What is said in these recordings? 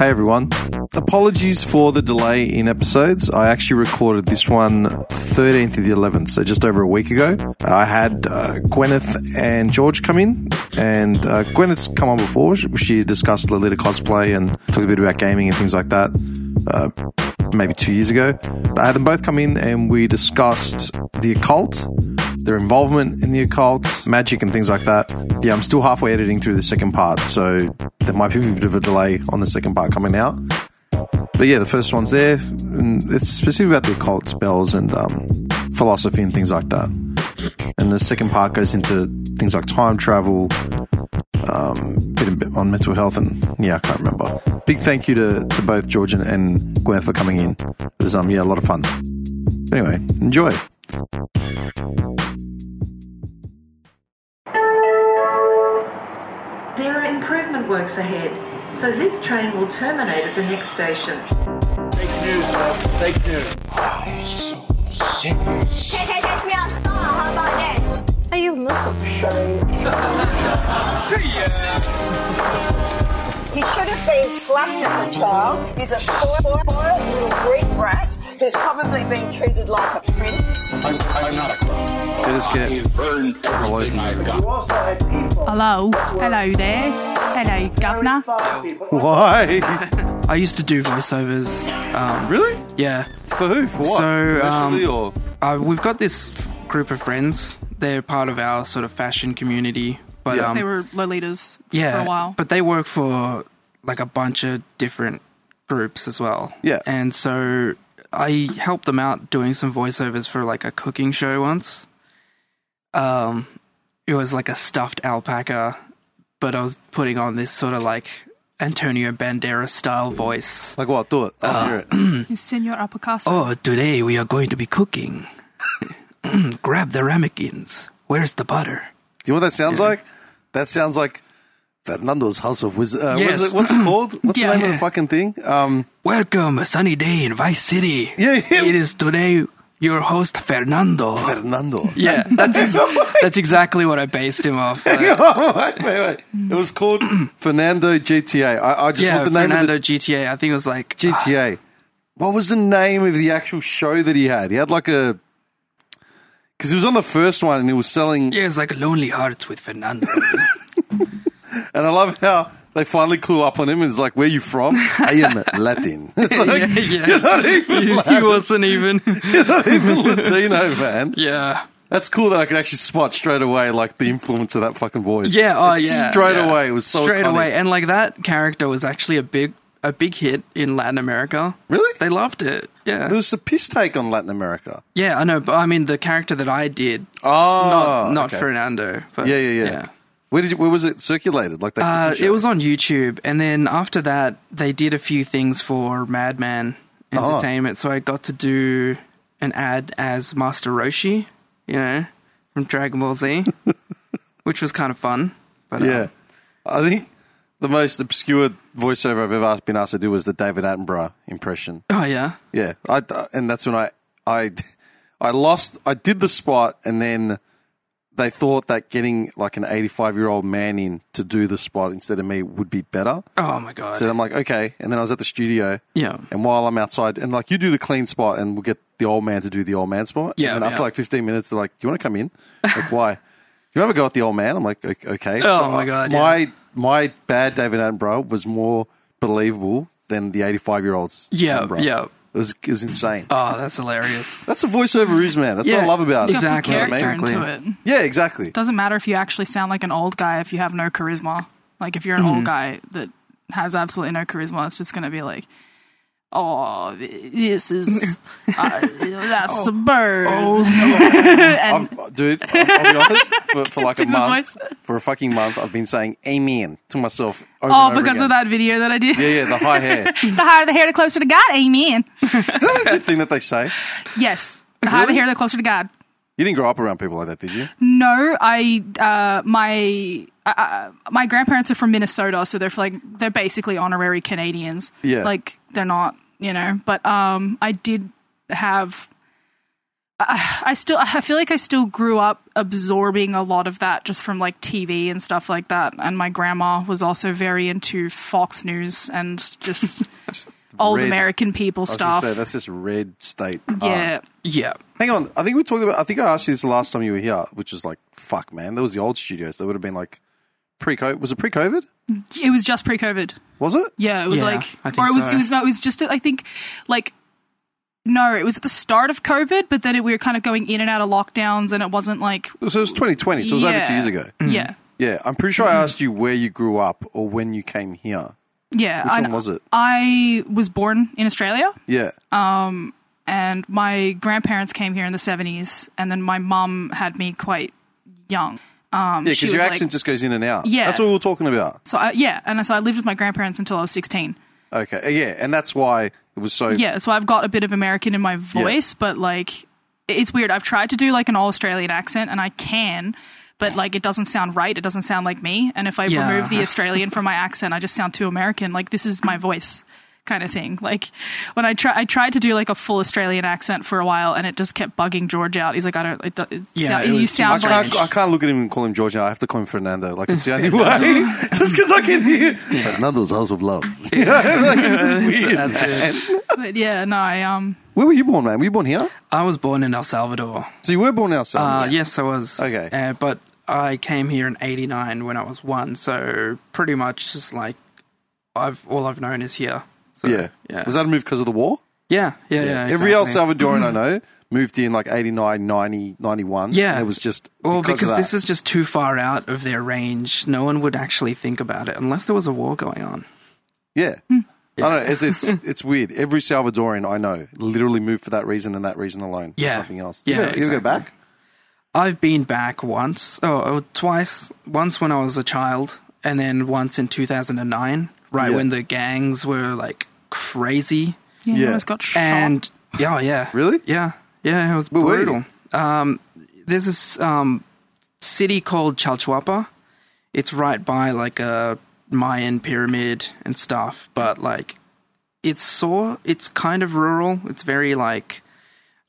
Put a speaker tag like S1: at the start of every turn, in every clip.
S1: Hey everyone. Apologies for the delay in episodes. I actually recorded this one 13th of the 11th, so just over a week ago. I had uh, Gwyneth and George come in, and uh, Gwyneth's come on before. She- She discussed Lolita cosplay and talked a bit about gaming and things like that. Uh, maybe two years ago. I had them both come in and we discussed the occult, their involvement in the occult, magic, and things like that. Yeah, I'm still halfway editing through the second part, so there might be a bit of a delay on the second part coming out. But yeah, the first one's there, and it's specific about the occult spells and um, philosophy and things like that. And the second part goes into things like time travel, um, bit, a bit on mental health, and yeah, I can't remember. Big thank you to, to both George and, and Gwen for coming in. It was um, yeah, a lot of fun. Anyway, enjoy.
S2: There are improvement works ahead, so this train will terminate at the next station.
S3: Fake news, folks. Fake news.
S4: Hey, hey, take me outside. How about that?
S5: Are you a Muslim?
S6: He should have been slapped as a child. He's a spoiled little Greek rat who's probably been treated like a prince.
S7: I'm, I'm not a crook.
S1: Let us get it.
S7: I've earned everything I've got.
S8: Hello. Hello there. Hello, Governor.
S1: Why?
S9: I used to do voiceovers. Um,
S1: really?
S9: yeah,
S1: For who? For what?
S9: So, um,
S1: Commercially or
S9: uh, we've got this group of friends. They're part of our sort of fashion community, but
S1: Yeah.
S9: um,
S8: They were Lolitas
S9: yeah,
S8: for a while.
S9: but they work for like a bunch of different groups as well.
S1: Yeah.
S9: and so I helped them out doing some voiceovers for like a cooking show once. Um, it was like a stuffed alpaca, but I was putting on this sort of like Antonio Banderas style voice.
S1: like what? Do it. I'll
S9: Uh,
S1: hear it.
S8: Senor Apicasso.
S9: Oh, today we are going to be cooking. Grab the ramekins. Where's the butter?
S1: You know what that sounds like? That sounds like Fernando's House of Wisdom. Uh, what is
S9: Yes.
S1: it, what's it called? What's
S9: Yeah,
S1: the name of the
S9: yeah.
S1: fucking thing? Um,
S9: Welcome, a sunny day in Vice City.
S1: Yeah, yeah.
S9: It is today your host, Fernando.
S1: Fernando.
S9: yeah, that's, ex- that's exactly what I based him off. Uh,
S1: wait, wait, wait. It was called Fernando GTA. I, I just
S9: yeah,
S1: want the name
S9: Fernando
S1: of
S9: GTA. I think it was like.
S1: the GTA. What was the name of the actual show that he had? He had like a. Because he was on the first one and he was selling.
S9: Yeah, it's like Lonely Hearts with Fernando.
S1: And I love how they finally clue up on him and it's like, where you from? I am Latin. It's like,
S9: yeah, yeah.
S1: You're not even
S9: he, he
S1: Latin.
S9: wasn't even.
S1: even Latino, man.
S9: yeah.
S1: That's cool that I could actually spot straight away, like, the influence of that fucking voice.
S9: Yeah, oh
S1: It's
S9: yeah.
S1: Straight
S9: yeah.
S1: away. It was so
S9: Straight
S1: iconic.
S9: away. And like that character was actually a big a big hit in Latin America.
S1: Really?
S9: They loved it.
S1: There
S9: Yeah.
S1: was a piss take on Latin America.
S9: Yeah, I know, but I mean the character that I did,
S1: Oh.
S9: not not
S1: okay.
S9: Fernando. But
S1: Yeah, yeah, yeah. Where, did you, where was it circulated? Like that?
S9: Uh,
S1: cooking
S9: it
S1: show?
S9: was on YouTube, and then after that, they did a few things for Madman
S1: Oh.
S9: Entertainment. So I got to do an ad as Master Roshi, you know, from Dragon Ball Z, which was kind of fun. But
S1: Yeah.
S9: um,
S1: I think the most obscure voiceover I've ever been asked to do was the David Attenborough impression.
S9: oh yeah,
S1: Yeah, I and that's when I I I lost. I did the spot, and then they thought that getting like an eighty-five-year-old man in to do the spot instead of me would be better.
S9: oh my god,
S1: So I'm like, okay. And then I was at the studio,
S9: yeah.
S1: and while I'm outside, and like you do the clean spot, and we'll get the old man to do the old man spot.
S9: Yeah,
S1: And then after
S9: yeah.
S1: like fifteen minutes, they're like, "Do you want to come in?" Like, why? Do you ever go at the old man? I'm like, "O- okay.
S9: Oh, my God,
S1: My my bad David Attenborough was more believable than the 85 year olds.
S9: Yeah,
S1: Attenborough.
S9: yeah.
S1: It was it was insane.
S9: Oh, that's hilarious.
S1: That's a voiceover is, man. That's what I love about it.
S8: Got the
S9: exactly,
S8: Character
S9: exactly.
S8: into it.
S1: Yeah, exactly.
S8: Doesn't matter if you actually sound like an old guy if you have no charisma. Like if you're an old guy that has absolutely no charisma, it's just going to be like, oh, this is uh, that's a bird. and
S1: I've, dude, I'll, I'll be honest. For, for like a
S8: Different
S1: month,
S8: voice.
S1: for a fucking month, I've been saying "amen" to myself. Over
S8: oh,
S1: and over
S8: because
S1: again.
S8: of that video that I did.
S1: Yeah, yeah, the high hair. Is
S8: the higher the hair, the closer to God. Amen.
S1: that a legit thing that they say?
S8: Yes, the higher the hair, the closer to God.
S1: You didn't grow up around people like that, did you?
S8: No, I uh, my uh, my grandparents are from Minnesota, so they're like they're basically honorary Canadians.
S1: Yeah.
S8: like they're not, you know. But um, I did have I still I feel like I still grew up absorbing a lot of that just from like TV and stuff like that. And my grandma was also very into Fox News and just old
S1: red.
S8: American
S1: I
S8: people
S1: was gonna
S8: stuff.
S1: say, that's just red state. art.
S8: yeah.
S9: Yeah.
S1: Hang on, I think we talked about. I think I asked you this last time you were here, which was like, fuck, man, that was the old studios. That would have been like pre-COVID. Was it pre-COVID?
S8: It was just pre-COVID.
S1: Was it?
S8: Yeah, it was
S9: Yeah,
S8: like,
S9: I think
S8: or it was,
S9: so.
S8: it was no, it was just, I think, like, no, it was at the start of COVID, but then it, we were kind of going in and out of lockdowns, and it wasn't like,
S1: So it was 2020. So it was over two
S8: Yeah.
S1: years ago.
S8: yeah, Mm-hmm.
S1: Yeah, I'm pretty sure I asked you where you grew up or when you came here.
S8: yeah.
S1: Which
S8: I,
S1: one was it?
S8: I was born in Australia,
S1: Yeah,
S8: Um, and my grandparents came here in the seventies, and then my mum had me quite young. Um,
S1: yeah, because
S8: she
S1: your
S8: was like-
S1: accent just goes in and out.
S8: Yeah.
S1: that's what we were talking about.
S8: so I, yeah, and so I lived with my grandparents until I was sixteen.
S1: Okay, uh, yeah, and that's why it was so.
S8: yeah, so I've got a bit of American in my voice, but like it's weird. I've tried to do like an all Australian accent and I can, but like it doesn't sound right. It doesn't sound like me. And if I
S9: Yeah.
S8: remove the Australian from my accent, I just sound too American. Like this is my voice kind of thing. Like when I try I tried to do like a full Australian accent for a while and it just kept bugging George out. He's like I don't it, do- it
S9: Yeah,
S8: sound,
S9: it
S8: you
S9: was too
S1: I
S8: sound
S9: much.
S8: like
S1: can't, I can't look at him and call him George now. I have to call him Fernando. Like, it's the only way. just because I can hear Fernando's House of Love. You know? like, it's just weird.
S9: That's it.
S8: but yeah, no, I um
S1: Where were you born, man? Were you born here?
S9: I was born in El Salvador.
S1: So you were born outside.
S9: Uh, Yes, I was.
S1: Okay.
S9: Uh, but I came here in '89 when I was one, so pretty much just like I've all I've known is here. So,
S1: yeah.
S9: yeah.
S1: Was that a move because of the war?
S9: yeah, yeah, yeah.
S1: Every El
S9: exactly.
S1: Salvadoran I know moved in like 89, 90, 91.
S9: Yeah.
S1: And it was just.
S9: Well, because
S1: of
S9: this
S1: that.
S9: is just too far out of their range. No one would actually think about it unless there was a war going on.
S1: Yeah.
S9: Hmm.
S1: I don't know. It's, it's, it's weird. Every Salvadorian I know literally moved for that reason and that reason alone.
S9: Yeah.
S1: Nothing else.
S9: Yeah,
S1: You ever- you ever
S9: exactly.
S1: go back?
S9: I've been back once, oh, oh, twice. Once when I was a child, and then once in 2009, right
S1: Yeah.
S9: when the gangs were like crazy.
S8: you know,
S1: Yeah.
S8: I almost got shot.
S9: And yeah, oh, yeah,
S1: Really?
S9: yeah, yeah. It was
S1: Where were you?
S9: brutal. Um, there's this um, city called Chalchuapa. It's right by like a Mayan pyramid and stuff, but like it's so it's kind of rural. It's very like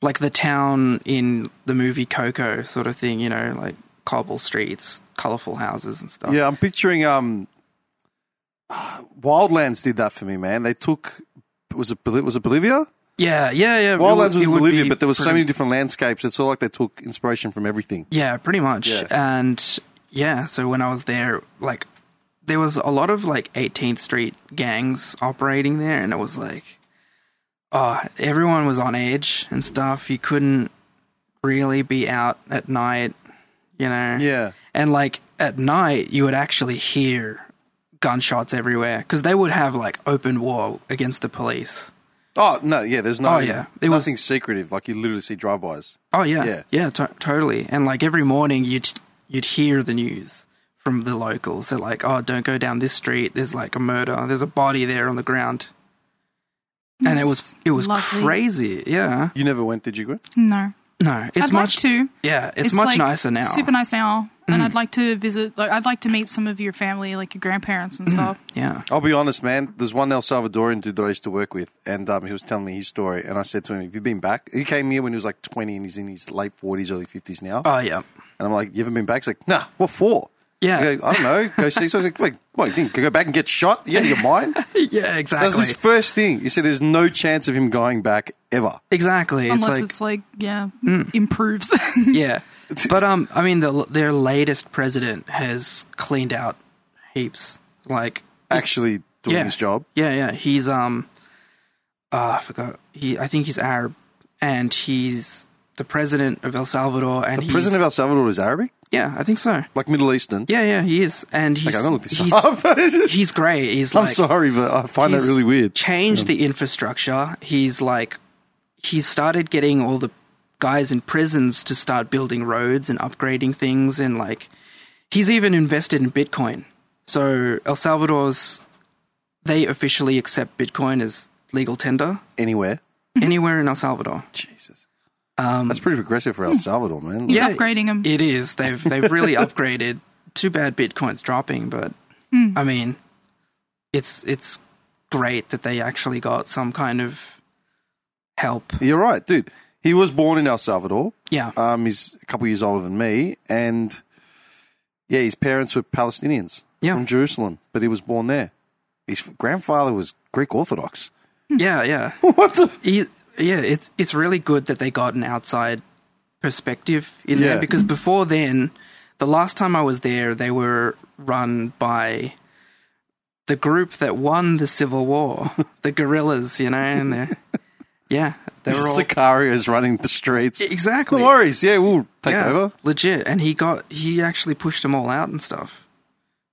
S9: like the town in the movie Coco sort of thing, you know, like cobble streets, colorful houses and stuff.
S1: Yeah, I'm picturing um, Wildlands did that for me, man. They took was it Bol- was it Bolivia?
S9: yeah, yeah, yeah.
S1: Wildlands was
S9: It would
S1: Bolivia,
S9: be
S1: but there was so
S9: pretty-
S1: many different landscapes. It's all like they took inspiration from everything.
S9: Yeah, pretty much.
S1: Yeah.
S9: And yeah, so when I was there, like there was a lot of like 18th Street gangs operating there, and it was like, oh, everyone was on edge and stuff. You couldn't really be out at night, you know.
S1: Yeah,
S9: And like at night, you would actually hear gunshots everywhere because they would have like open war against the police.
S1: Oh no, yeah. There's no.
S9: Oh, yeah. It was-
S1: nothing secretive. Like you literally see drive-bys.
S9: Oh yeah,
S1: Yeah.
S9: yeah, to- totally. And like every morning, you'd you'd hear the news from the locals. They're like, "Oh, don't go down this street. There's like a murder. There's a body there on the ground." And it was it was
S8: Lovely.
S9: crazy. Yeah,
S1: You never went, did you? Gwen?
S8: no.
S9: no, it's
S8: I'd
S9: much
S8: like to.
S9: yeah, it's, much
S8: like,
S9: nicer now. Mm.
S8: Super nice now. And I'd like to visit. Like, I'd like to meet some of your family, like your grandparents
S9: Mm.
S8: and stuff.
S9: Yeah,
S1: I'll be honest, man. There's one El Salvadorian dude that I used to work with, and um, he was telling me his story. And I said to him, "Have you been back?" He came here when he was like 20, and he's in his late 40s, early 50s now.
S9: oh yeah,
S1: And I'm like, you haven't been back? He's like, nah, what for?
S9: Yeah.
S1: I, go, I don't know. Go see. So I was like, wait, what, you think? Go back and get shot? You out of your mind?
S9: yeah,
S1: That's
S9: exactly,
S1: his first thing. He said there's no chance of him going back ever.
S9: exactly. It's
S8: Unless
S9: like Mm.
S8: it's like, yeah, improves.
S9: yeah, but um, I mean, the, their latest president has cleaned out heaps. Like
S1: Actually doing his job.
S9: Yeah, yeah. He's um uh, I forgot. He I think he's Arab and he's the president of El Salvador and
S1: The
S9: he's
S1: president of El Salvador is Arabic?
S9: Yeah, I think so.
S1: Like Middle Eastern?
S9: Yeah, yeah, he is. And he's
S1: Okay, I'm going to look this
S9: he's,
S1: up. It's just-
S9: he's great. He's
S1: I'm
S9: like
S1: sorry, but I find that
S9: he's
S1: really weird.
S9: Changed the infrastructure. He's like, he started getting all the guys in prisons to start building roads and upgrading things, and like, he's even invested in Bitcoin. So El Salvador's, they officially accept Bitcoin as legal tender
S1: Anywhere.
S9: anywhere in El Salvador. Um,
S1: Jesus. That's pretty progressive
S9: Hmm.
S1: for El Salvador, man.
S8: Yeah. upgrading 'em.
S9: It is. They've they've really upgraded. Too bad Bitcoin's dropping, but I mean, it's it's great that they actually got some kind of help.
S1: You're right, dude. He was born in El Salvador.
S9: Yeah.
S1: Um, he's a couple years older than me, and yeah, his parents were Palestinians
S9: Yeah.
S1: from Jerusalem, but he was born there. His grandfather was Greek Orthodox.
S9: yeah, yeah.
S1: What the?
S9: E- yeah, it's it's really good that they got an outside perspective in there
S1: Yeah.
S9: because before then, the last time I was there, they were run by the group that won the Civil War, the guerrillas, you know, and they yeah, they were all
S1: Sicarios running the streets.
S9: exactly
S1: No worries. Yeah, we'll take
S9: yeah,
S1: over.
S9: legit, and he got he actually pushed them all out and stuff.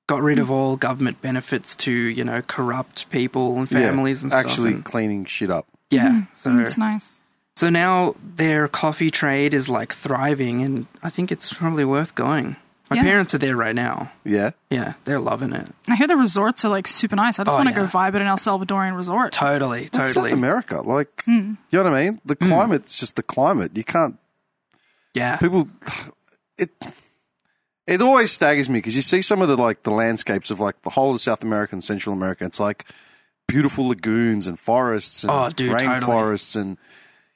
S9: Got rid
S1: Hmm.
S9: of all government benefits to you know corrupt people and families
S1: Yeah,
S9: and stuff.
S1: actually
S9: and-
S1: cleaning shit up.
S9: yeah. So
S8: It's Hmm, nice.
S9: so now their coffee trade is like thriving, and I think it's probably worth going. My
S8: Yeah.
S9: parents are there right now.
S1: Yeah.
S9: Yeah, they're loving it.
S8: I hear the resorts are like super nice. I just
S9: Oh,
S8: want to
S9: yeah.
S8: go vibe at an El Salvadorian resort.
S9: Totally,
S1: South
S9: totally. Hmm.
S1: America. Like, you know what I mean? The climate's just the climate. You can't,
S9: Yeah,
S1: people, it, it always staggers me because you see some of the like the landscapes of like the whole of South America and Central America. It's like beautiful lagoons and forests and
S9: Oh, dude, totally.
S1: rainforests and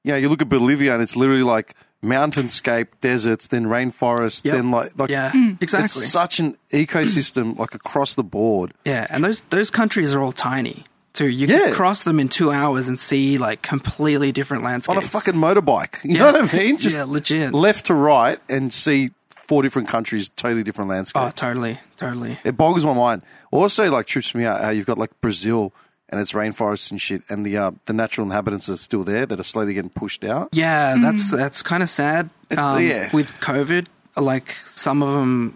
S1: you know you look at Bolivia and it's literally like mountainscape, deserts, then rainforest,
S9: Yep.
S1: then like like
S9: yeah,
S8: Hmm.
S1: it's
S9: exactly.
S1: such an ecosystem like across the board.
S9: Yeah, and those those countries are all tiny too. You
S1: Yeah.
S9: can cross them in two hours and see like completely different landscapes
S1: on a fucking motorbike. You
S9: Yeah.
S1: know what I mean?
S9: Yeah, legit.
S1: Left to right and see four different countries, totally different
S9: Oh,
S1: landscapes.
S9: totally, totally.
S1: it boggles my mind. Also, like trips me out how you've got like Brazil and its rainforests and shit, and the uh, the natural inhabitants are still there that are slowly getting pushed out.
S9: Yeah, that's that's kind of sad.
S1: Mm-hmm. It-
S9: Um,
S1: yeah.
S9: With COVID, like some of them,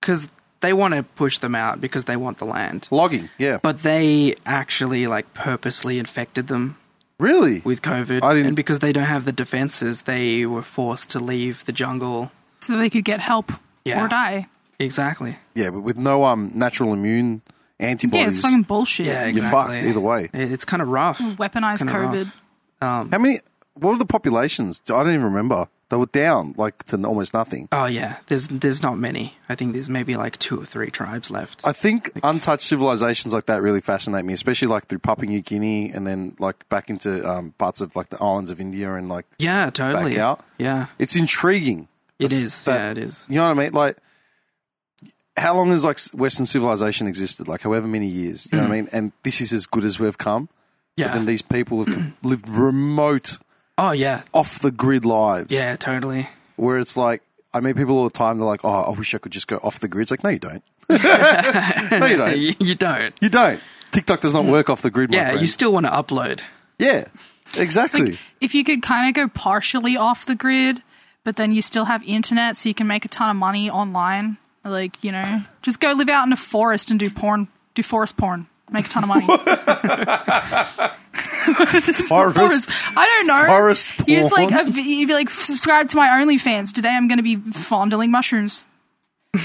S9: because they want to push them out because they want the land,
S1: Logging, yeah,
S9: but they actually like purposely infected them
S1: really.
S9: with COVID,
S1: I didn't-
S9: and because they don't have the defenses, they were forced to leave the jungle.
S8: so they could get help
S9: Yeah.
S8: or die.
S9: Exactly.
S1: yeah, but with no um natural immune antibodies,
S8: Yeah, it's fucking bullshit.
S9: Yeah,
S1: you're
S9: exactly.
S1: fucked either way.
S9: It- It's kind of rough.
S8: Weaponized
S9: Kinda rough.
S8: COVID.
S1: How many? What are the populations? I don't even remember. They were down like to almost nothing.
S9: Oh yeah, there's there's not many. I think there's maybe like two or three tribes left.
S1: I think untouched civilizations like that really fascinate me, especially like through Papua New Guinea and then like back into um, parts of like the islands of India and like
S9: yeah, totally.
S1: back out.
S9: Yeah,
S1: It's intriguing.
S9: it is.
S1: that-
S9: yeah, it is.
S1: You know what I mean? Like, how long has like Western civilization existed? Like, however many years. You know what I mean? And this is as good as we've come.
S9: Hmm. Yeah.
S1: But then these people have lived remote,
S9: oh yeah.
S1: off the grid lives.
S9: Yeah, totally.
S1: Where it's like, I meet people all the time. They're like, "Oh, I wish I could just go off the grid." It's like, no, you don't. no, you don't.
S9: you, you don't.
S1: You don't. TikTok does not work off the grid, my
S9: Yeah,
S1: friend.
S9: you still want to upload.
S1: yeah,
S8: It's
S1: exactly.
S8: like if you could kind of go partially off the grid, but then you still have internet, so you can make a ton of money online. Like you know, just go live out in a forest and do porn, do forest porn, make a ton of money.
S1: forest.
S8: I don't know.
S1: Forest
S8: You just like
S1: porn.
S8: a, you'd be like subscribe to my OnlyFans today. I'm going to be fondling mushrooms.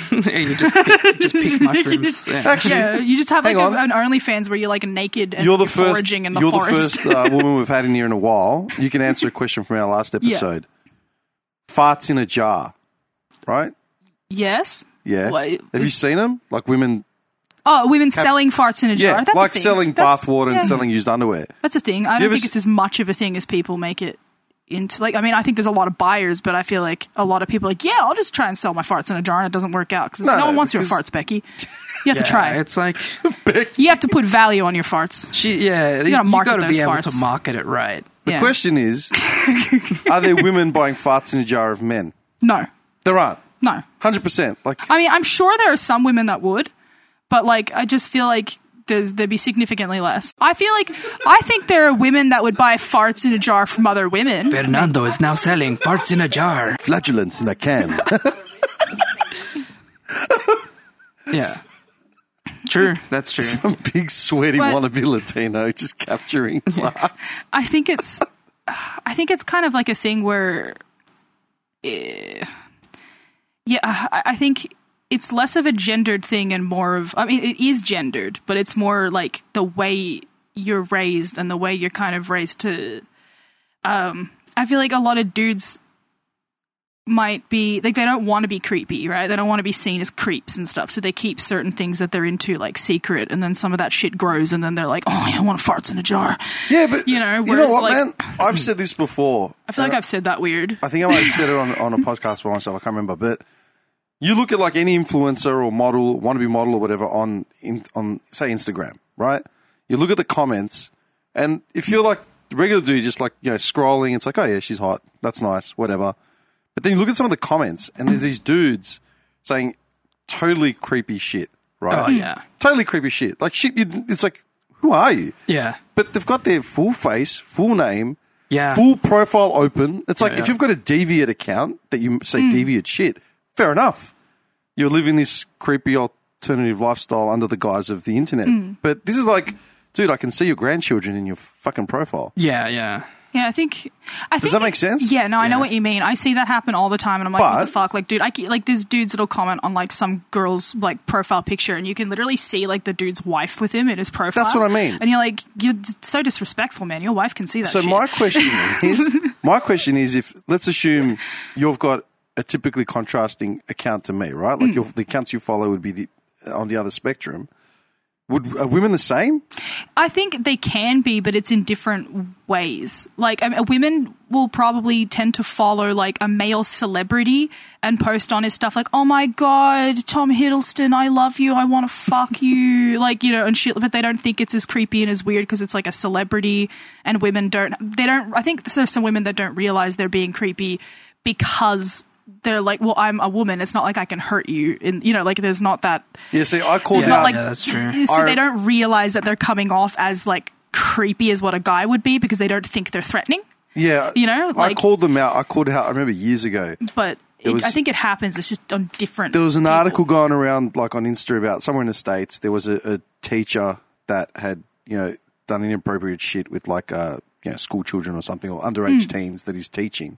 S9: you just pick, just pick mushrooms. Yeah.
S1: Actually,
S8: Yeah, you just have like
S1: Hang
S8: a, an
S1: on.
S8: OnlyFans where you're like naked and
S1: you're the first.
S8: foraging in the
S1: you're
S8: forest.
S1: the first uh, woman we've had in here in a while. You can answer a question from our last episode. Farts in a jar, right?
S8: yes.
S1: Yeah.
S8: What-
S1: Have you seen them? Like women,
S8: Oh, women selling farts in a jar.
S1: yeah,
S8: That's
S1: like
S8: a thing.
S1: selling
S8: That's-
S1: bathwater and
S8: yeah.
S1: selling used underwear.
S8: That's a thing. I
S1: You
S8: don't
S1: ever
S8: think
S1: s-
S8: it's as much of a thing as people make it into. Like, I mean, I think there's a lot of buyers, but I feel like a lot of people are like, yeah, I'll just try and sell my farts in a jar, and it doesn't work out because
S1: No,
S8: no, one wants your
S1: because-
S8: farts, Becky. You have to try.
S9: It's like
S8: You have to put value on your farts.
S9: she. Yeah, you
S8: gotta
S9: gotta,
S8: market
S9: be
S8: those
S9: able
S8: farts.
S9: to market it right.
S1: The
S8: Yeah.
S1: question is, are there women buying farts in a jar of men?
S8: No,
S1: There aren't.
S8: no.
S1: Hundred percent. Like
S8: I mean, I'm sure there are some women that would, but like, I just feel like there's, there'd be significantly less. I feel like I think there are women that would buy farts in a jar from other women.
S9: Fernando is now selling farts in a jar.
S1: flagellants in a can.
S9: Yeah, true. That's true.
S1: Big sweaty
S8: But-
S1: wannabe Latino just capturing farts.
S8: I think it's I think it's kind of like a thing where eh, yeah, I, I think it's less of a gendered thing and more of I mean it is gendered, but it's more like the way you're raised and the way you're kind of raised to um I feel like a lot of dudes might be like they don't want to be creepy, right? They don't want to be seen as creeps and stuff. So they keep certain things that they're into like secret, and then some of that shit grows, and then they're like, "Oh, yeah, I want farts in a jar."
S1: Yeah, but
S8: You know,
S1: you know
S8: whereas,
S1: what,
S8: like-
S1: man? I've said this before.
S8: I feel like I've said that weird.
S1: Uh, I think I might have said it on, on a podcast by myself. I can't remember, but you look at like any influencer or model, wannabe model or whatever on in, on say Instagram, right? You look at the comments, and if you're like the regular dude, just like you know scrolling, it's like oh yeah, she's hot, that's nice, whatever. But then you look at some of the comments, and there's these dudes saying totally creepy shit, right?
S9: Oh, yeah.
S1: totally creepy shit. Like shit, you- it's like who are you?
S9: Yeah.
S1: But they've got their full face, full name,
S9: Yeah.
S1: full profile open. It's like
S9: yeah.
S1: if you've got a deviant account that you say
S9: Hmm.
S1: deviant shit, fair enough. You're living this creepy alternative lifestyle under the guise of the internet.
S9: Hmm.
S1: But this is like, dude, I can see your grandchildren in your fucking profile.
S9: Yeah, yeah.
S8: Yeah, I think. I Does think
S1: that make sense?
S8: Yeah, no, I know
S9: Yeah.
S8: what you mean. I see that happen all the time, and I'm like, what
S1: But-
S8: the fuck, like, dude, I ke- like there's dudes that'll comment on like some girl's like profile picture, and you can literally see like the dude's wife with him in his profile.
S1: That's what I mean.
S8: And you're like, you're d- so disrespectful, man. Your wife can see that.
S1: So
S8: shit.
S1: my question is, my question is, if let's assume you've got a typically contrasting account to me, right?
S9: Hmm.
S1: Like your, the accounts you follow would be the, on the other spectrum. Would are women the same?
S8: I think they can be, but it's in different ways. Like I mean, women will probably tend to follow like a male celebrity and post on his stuff like, "Oh my god, Tom Hiddleston, I love you, I want to fuck you," like you know, and shit. But they don't think it's as creepy and as weird because it's like a celebrity, and women don't. They don't. I think there's some women that don't realize they're being creepy because they're like, "Well, I'm a woman. It's not like I can hurt you," and you know, like there's not that
S1: Yeah. See, I called
S9: It's
S1: out.
S9: not
S8: not like
S9: yeah, that's true.
S8: So
S1: Are-
S8: they don't realize that they're coming off as like creepy as what a guy would be because they don't think they're threatening.
S1: Yeah,
S8: You know,
S1: I
S8: like-
S1: called them out. I called out. I remember years ago
S8: But it
S1: was-
S8: I think it happens. It's just on different.
S1: there was an
S8: people.
S1: article going around like on Insta about somewhere in the states. There was a, a teacher that had you know done inappropriate shit with like uh, you know school children or something or underage
S8: Hmm.
S1: teens that he's teaching.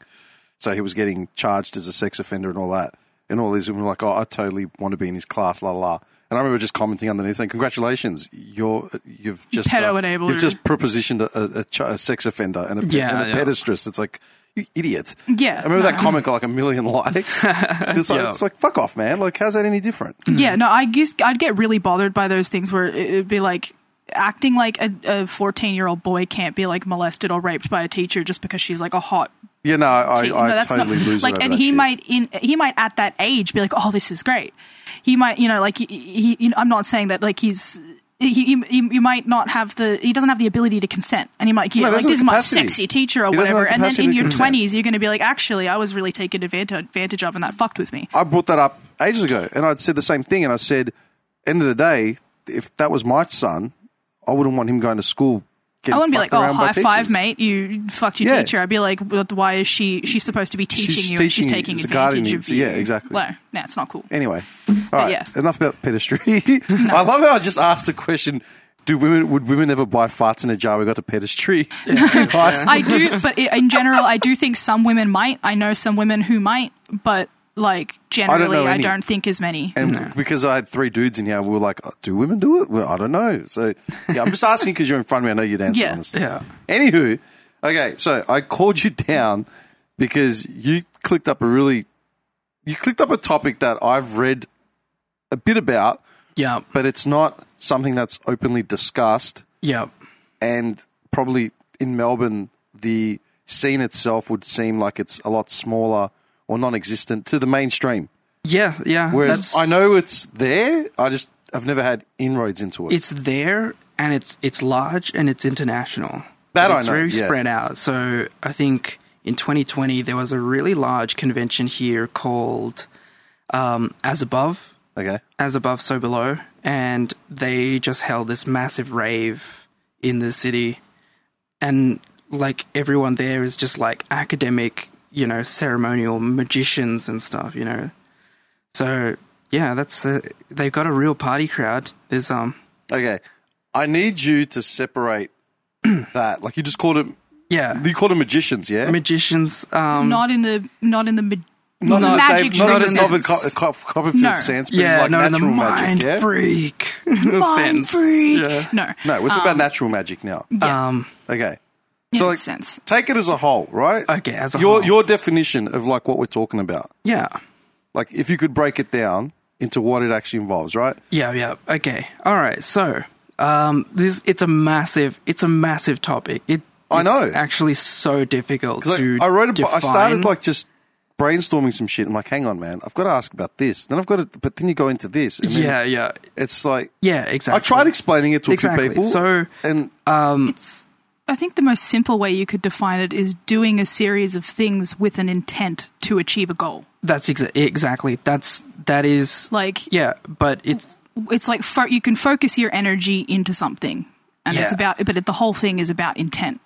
S1: So he was getting charged as a sex offender and all that. And all these women were like, "Oh, I totally want to be in his class." La la. la. And I remember just commenting underneath saying, "Congratulations, you're you've just uh,
S8: Pedo-enabled.
S1: You've just propositioned a, a, ch- a sex offender and a,
S9: Yeah,
S1: and a
S9: yeah.
S1: pedestrist." It's like. You idiot.
S8: Yeah,
S1: I remember that
S8: no.
S1: comment got like a million likes. it's, like,
S9: Yeah.
S1: it's like, fuck off, man. Like, how's that any different?
S8: Yeah, no, I guess I'd get really bothered by those things where it- it'd be like acting like a 14 year old boy can't be like molested or raped by a teacher just because she's like a hot
S1: Yeah, no, I,
S8: teen.
S1: I,
S8: no,
S1: I
S8: that's
S1: totally
S8: not
S1: lose it
S8: like,
S1: over
S8: and
S1: that
S8: he
S1: shit.
S8: might in he might at that age be like, oh, this is great. He might, you know, like he, he, he- I'm not saying that like he's. He, he, he you might not have the he doesn't have the ability to consent and he might get
S1: No, he
S8: like
S1: doesn't
S8: this is
S1: have
S8: my
S1: capacity.
S8: sexy teacher or
S1: He doesn't have
S8: whatever and then
S1: capacity
S8: in
S1: to
S8: your
S1: consent.
S8: 20s you're going to be like actually I was really taken advantage, advantage of and that fucked with me
S1: I brought that up ages ago, and I'd said the same thing. And I said, end of the day, if that was my son, I wouldn't want him going to school. Getting
S8: I wouldn't be like
S1: fucked
S8: oh
S1: around by
S8: high five
S1: teachers.
S8: mate you fucked your
S1: Yeah.
S8: teacher I'd be like "What- why is she she's supposed to be teaching
S1: She's
S8: you and she's
S1: teaching you.
S8: taking
S1: It's a guardian
S8: advantage of you
S1: instinct. Yeah, exactly.
S8: no, no it's not cool
S1: Anyway, all right.
S8: yeah.
S1: Enough about pedestry. I love how I just asked the question. Do women would women ever buy farts in a jar? We got to pedestry. in high school?
S8: I do, but i- in general, I do think some women might. I know some women who might, but like generally, I don't,
S1: any.
S8: think as many.
S1: And because I had three dudes in here, we were like, oh, do women do it? Well, I don't know. So, yeah, I'm just asking because you're in front of me. I know you'd answer
S8: Yeah.
S1: honestly.
S9: Yeah.
S1: Anywho, okay, so I called you down because you clicked up a really, you clicked up a topic that I've read a bit about,
S9: Yeah.
S1: but it's not something that's openly discussed.
S9: Yeah.
S1: And probably in Melbourne, the scene itself would seem like it's a lot smaller or non existent to the mainstream.
S9: Yeah, yeah.
S1: Whereas
S9: that's,
S1: I know it's there, I just I've never had inroads into it.
S9: it's there and it's it's large and it's international.
S1: That
S9: Like,
S1: I
S9: it's
S1: know,
S9: very
S1: yeah.
S9: spread out. So I think in 2020 there was a really large convention here called um, As Above,
S1: okay.
S9: As Above So Below, and they just held this massive rave in the city, and like everyone there is just like academic, you know, ceremonial magicians and stuff, you know. So yeah, that's a, they've got a real party crowd. There's um.
S1: Okay. I need you to separate that. Like you just called it
S9: Yeah.
S1: you called them magicians, yeah?
S9: magicians. Um,
S8: not in the not in the ma-
S1: not in the-
S8: magic
S1: not in
S8: sense.
S1: the David Co- Co- Copperfield
S8: No.
S1: sense, but
S9: yeah,
S1: like
S9: no, in the
S1: natural magic,
S9: mind
S1: yeah?
S9: freak
S8: Mind
S9: sense.
S8: freak.
S9: Yeah.
S8: No,
S1: No, we're talking about natural magic now.
S9: Um,
S1: Okay.
S8: Um, Yeah,
S1: like,
S8: sense.
S1: Take it as a whole, right?
S9: Okay, as a
S1: your
S9: whole.
S1: your definition of like what we're talking about.
S9: Yeah.
S1: Like if you could break it down into what it actually involves, right?
S9: Yeah, yeah. Okay. All right. So, um this it's a massive it's a massive topic. It
S1: I
S9: it's
S1: know.
S9: actually so difficult
S1: 'Cause, like,
S9: to
S1: I wrote. A, bu- I
S9: define.
S1: started like just brainstorming some shit. I'm like, hang on, man, I've got to ask about this. Then I've got to, but then you go into this. And then
S9: Yeah, yeah.
S1: it's like
S9: Yeah, exactly.
S1: I tried explaining it to
S9: Exactly.
S1: a few people.
S9: So- uh,
S1: and
S8: It's. I think the most simple way you could define it is doing a series of things with an intent to achieve a goal.
S9: That's exa- exactly. That's that is
S8: Like
S9: yeah, but it's
S8: it's like fo- you can focus your energy into something, and it's
S9: Yeah.
S8: about. But it, the whole thing is about intent.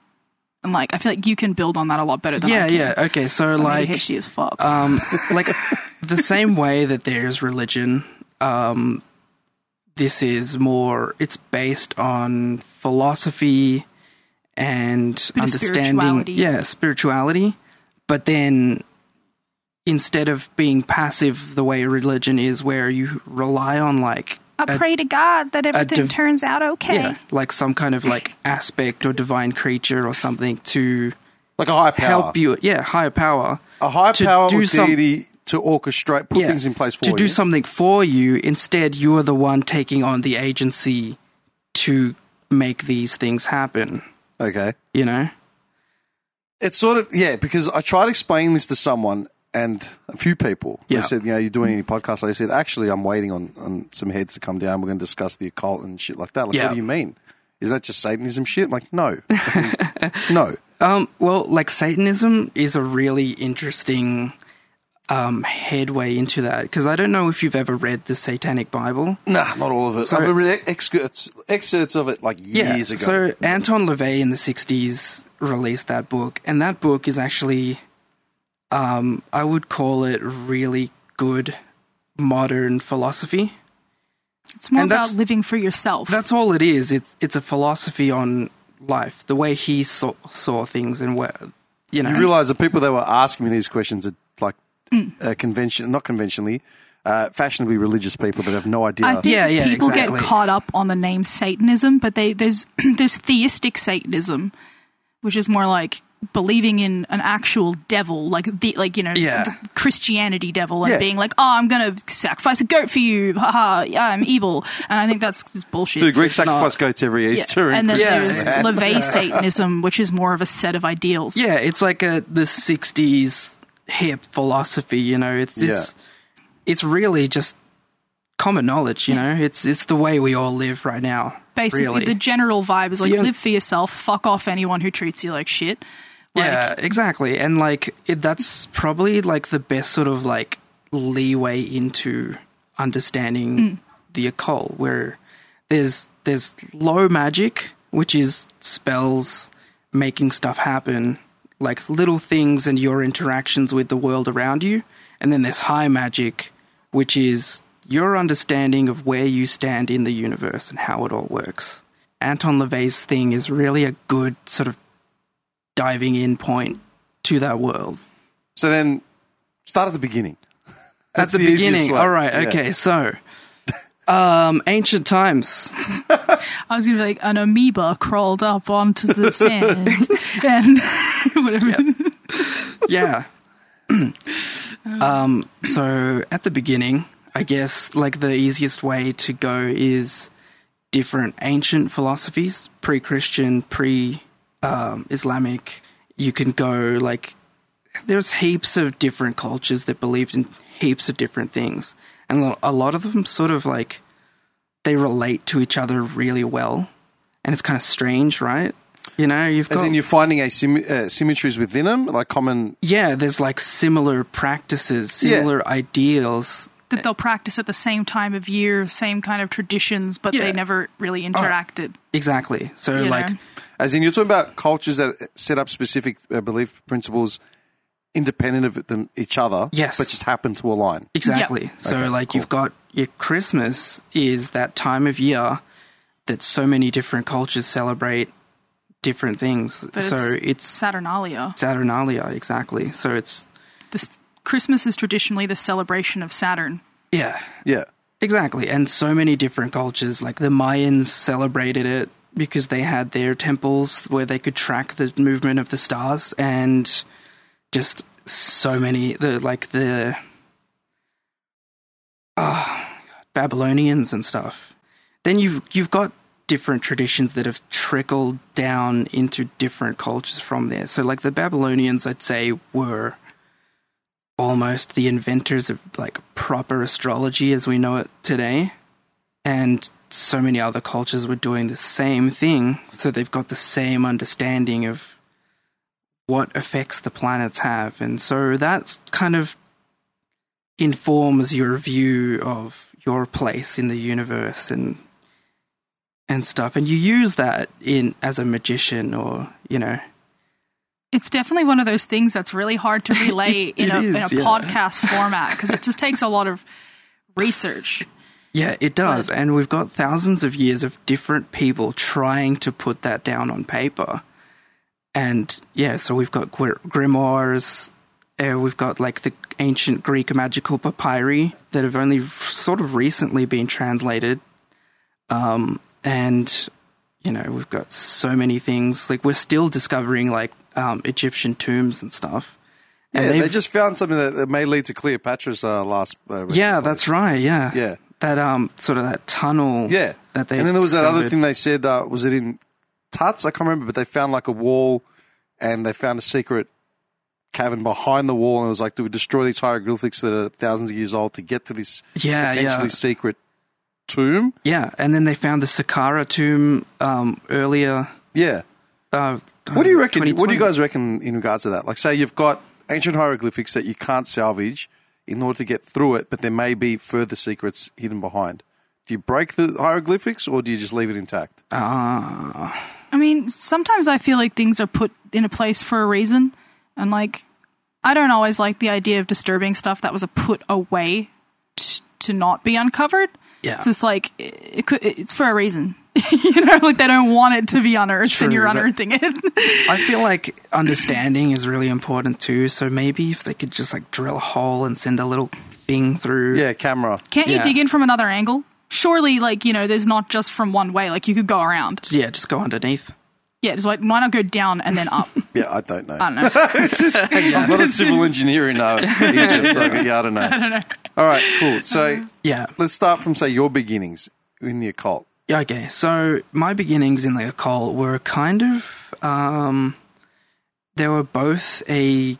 S8: And like, I feel like you can build on that a lot better
S1: Oh,
S8: than
S9: yeah,
S8: I can.
S9: yeah. Okay, so
S8: I'm
S9: like
S8: ADHD as fuck.
S9: um, like the same way that there's religion, um, this is more. It's based on philosophy and
S8: Bit of
S9: understanding.
S8: spirituality.
S9: Yeah, spirituality. But then, instead of being passive, the way religion is, where you rely on like
S8: I pray to God that everything
S9: div-
S8: turns out okay.
S9: yeah, like some kind of like aspect or divine creature or something to
S1: like a higher power,
S9: help you. Yeah, higher power.
S1: a higher
S9: to
S1: power
S9: do
S1: or
S9: some-
S1: deity to orchestrate, put
S9: Yeah,
S1: things in place for
S9: to
S1: you.
S9: do something for you. Instead, you are the one taking on the agency to make these things happen.
S1: Okay.
S9: You know,
S1: It's sort of yeah, because I tried explaining this to someone and a few people.
S9: Yeah.
S1: They said, you know, you're doing any podcasts. I said, actually, I'm waiting on, on some heads to come down. We're going to discuss the occult and shit like that. Like,
S9: Yeah.
S1: what do you mean? Is that just Satanism shit? I'm like, no, no.
S9: um, well, like Satanism is a really interesting um, headway into that because I don't know if you've ever read the Satanic Bible.
S1: Nah, not all of it.
S9: So-
S1: I've read excerpts, excerpts of it like years ago.
S9: So Anton LaVey in the '60s released that book, and that book is actually, um, I would call it really good modern philosophy.
S8: It's more
S9: And
S8: about
S9: that's-
S8: living for yourself.
S9: That's all it is. It's it's a philosophy on life, the way he saw, saw things, and where you know.
S1: you realize the people that were asking me these questions are like
S8: Mm.
S1: uh, convention, not conventionally, uh, fashionably religious people that have no idea.
S8: I think
S9: Yeah, yeah,
S8: people
S9: exactly.
S8: get caught up on the name Satanism, but they there's there's theistic Satanism, which is more like believing in an actual devil, like the like you know
S9: Yeah.
S8: the Christianity devil, and
S1: Yeah.
S8: being like, oh, I'm gonna sacrifice a goat for you, haha, yeah, I'm evil, and I think that's just bullshit.
S1: Dude, Greek sacrifice goats every
S8: Yeah.
S1: Easter
S8: And
S1: and,
S8: then
S1: Christmas.
S8: there's
S9: Yeah.
S1: man.
S8: LeVay Satanism, which is more of a set of ideals.
S9: yeah, it's like a the '60s hip philosophy. You know, it's it's it's really just common knowledge. You know, it's it's the way we all live right now.
S8: Basically,
S9: really.
S8: the general vibe is like
S9: The un-
S8: live for yourself, fuck off anyone who treats you like shit. Like,
S9: yeah, exactly. And like it, that's probably like the best sort of like leeway into understanding the occult where there's there's low magic, which is spells making stuff happen, like little things and your interactions with the world around you. And then there's high magic, which is your understanding of where you stand in the universe and how it all works. Anton LaVey's thing is really a good sort of diving in point to that world.
S1: So then, start at the beginning.
S9: At
S1: That's
S9: the,
S1: the easiest
S9: beginning.
S1: way.
S9: All right.
S1: Yeah.
S9: Okay. So, um, ancient times.
S8: I was gonna be like an amoeba crawled up onto the sand and whatever.
S9: Yeah. um, so at the beginning, I guess like the easiest way to go is different ancient philosophies, pre-Christian, pre-Islamic. You can go like there's heaps of different cultures that believed in heaps of different things, and lo- a lot of them sort of like they relate to each other really well, and it's kind of strange, right? You know, you've
S1: As
S9: got
S1: in, you're finding asymm- uh, symmetries within them, like common.
S9: yeah, there's like similar practices,
S1: Yeah.
S9: similar ideals.
S8: That they'll practice at the same time of year, same kind of traditions, but
S9: Yeah.
S8: they never really interacted.
S9: Exactly. So
S8: You
S9: like
S8: know?
S1: As in, you're talking about cultures that set up specific uh, belief principles independent of them each other.
S9: Yes.
S1: but just happen to align.
S9: exactly.
S8: Yeah.
S9: So
S1: Okay,
S9: like
S1: cool.
S9: you've got your Christmas is that time of year that so many different cultures celebrate different things.
S8: But
S9: so it's,
S8: Saturnalia.
S9: Saturnalia, exactly. So it's
S8: This Christmas is traditionally the celebration of Saturn.
S9: yeah,
S1: Yeah.
S9: exactly. And so many different cultures like the Mayans celebrated it. because they had their temples where they could track the movement of the stars and just so many the like the ah, Babylonians and stuff. Then you've you've got different traditions that have trickled down into different cultures from there. So like the Babylonians I'd say were almost the inventors of like proper astrology as we know it today and so many other cultures were doing the same thing so they've got the same understanding of what effects the planets have and so that's kind of informs your view of your place in the universe and and stuff and you use that in as a magician or you know
S8: It's definitely one of those things that's really hard to relay in
S9: It
S8: a, in a
S9: is, yeah.
S8: podcast format because it just takes a lot of research.
S9: Yeah, it does. And we've got thousands of years of different people trying to put that down on paper. And yeah, so we've got gr- grimoires, uh, we've got like the ancient Greek magical papyri that have only f- sort of recently been translated. Um, and, you know, we've got so many things. Like, we're still discovering like um, Egyptian tombs and stuff. And
S1: Yeah, they
S9: they've-
S1: just found something that, that may lead to Cleopatra's uh, last. Uh, resting
S9: yeah,
S1: place.
S9: that's right. Yeah.
S1: Yeah.
S9: That um sort of that tunnel.
S1: Yeah,
S9: That they
S1: and then there was that other
S9: discovered.
S1: thing they said. Uh, was it in Tuts? I can't remember, but they found like a wall, and they found a secret cavern behind the wall, and it was like, do we destroy these hieroglyphics that are thousands of years old to get to this
S9: Yeah,
S1: potentially
S9: yeah.
S1: secret tomb?
S9: Yeah, and then they found the Saqqara tomb um, earlier.
S1: Yeah.
S9: Uh,
S1: What do you reckon? What do
S9: 2020.
S1: you guys reckon in regards to that? Like, say you've got ancient hieroglyphics that you can't salvage in order to get through it, but there may be further secrets hidden behind. Do you break the hieroglyphics or do you just leave it intact?
S9: Uh,
S8: I mean, sometimes I feel like things are put in a place for a reason, and like I don't always like the idea of disturbing stuff that was a put away t- to not be uncovered.
S9: Yeah.
S8: so it's like it, it could, it's for a reason. you know, like they don't want it to be unearthed,
S9: True,
S8: and you're
S9: but-
S8: unearthing it.
S9: I feel like understanding is really important too. So maybe if they could just like drill a hole and send a little thing through.
S1: Yeah, camera.
S8: Can't
S9: Yeah.
S8: you dig in from another angle? Surely, like you know, there's not just from one way. Like you could go around.
S9: Yeah, just go underneath.
S8: Yeah, just like why not go down and then up?
S1: Yeah, I don't know.
S8: I don't know.
S1: I'm not a civil engineer in uh, Egypt, so yeah, I don't know. I don't know. Uh-huh. All right, cool. So
S9: Yeah.
S1: let's start from say your beginnings in the occult.
S9: Okay, so my beginnings in the occult were kind of um they were both a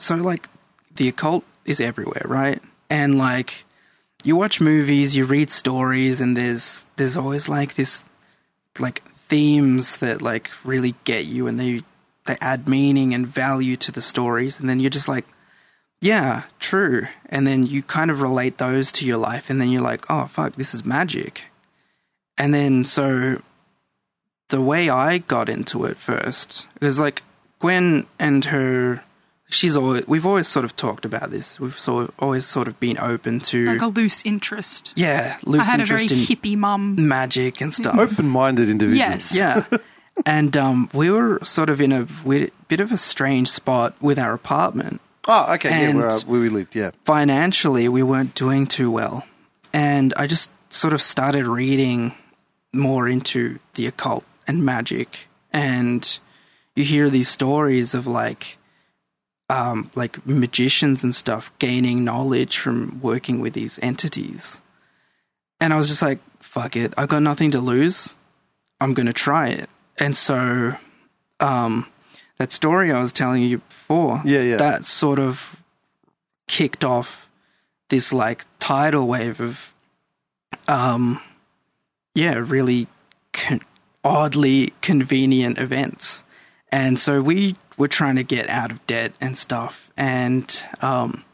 S9: so like the occult is everywhere, right? And like you watch movies, you read stories and there's there's always like this like themes that like really get you and they they add meaning and value to the stories and then you're just like yeah, true. And then you kind of relate those to your life, and then you're like, oh, fuck, this is magic. And then so the way I got into it first, because like Gwen and her, she's always, we've always sort of talked about this. We've sort always sort of been open to,
S8: like a loose interest.
S9: yeah, loose
S8: I had a very
S9: interest in
S8: hippie mum.
S9: magic and stuff.
S1: Open-minded individuals.
S8: Yes.
S9: Yeah. and um, we were sort of in a weird, bit of a strange spot with our apartment.
S1: Oh, okay. yeah, where, uh,
S9: And-
S1: where we lived. Yeah.
S9: financially we weren't doing too well and i just sort of started reading more into the occult and magic and you hear these stories of like um like magicians and stuff gaining knowledge from working with these entities and i was just like fuck it i've got nothing to lose i'm going to try it and so um that story i was telling you before
S1: Yeah, yeah.
S9: that sort of kicked off this like tidal wave of um yeah really con- oddly convenient events and so we were trying to get out of debt and stuff and um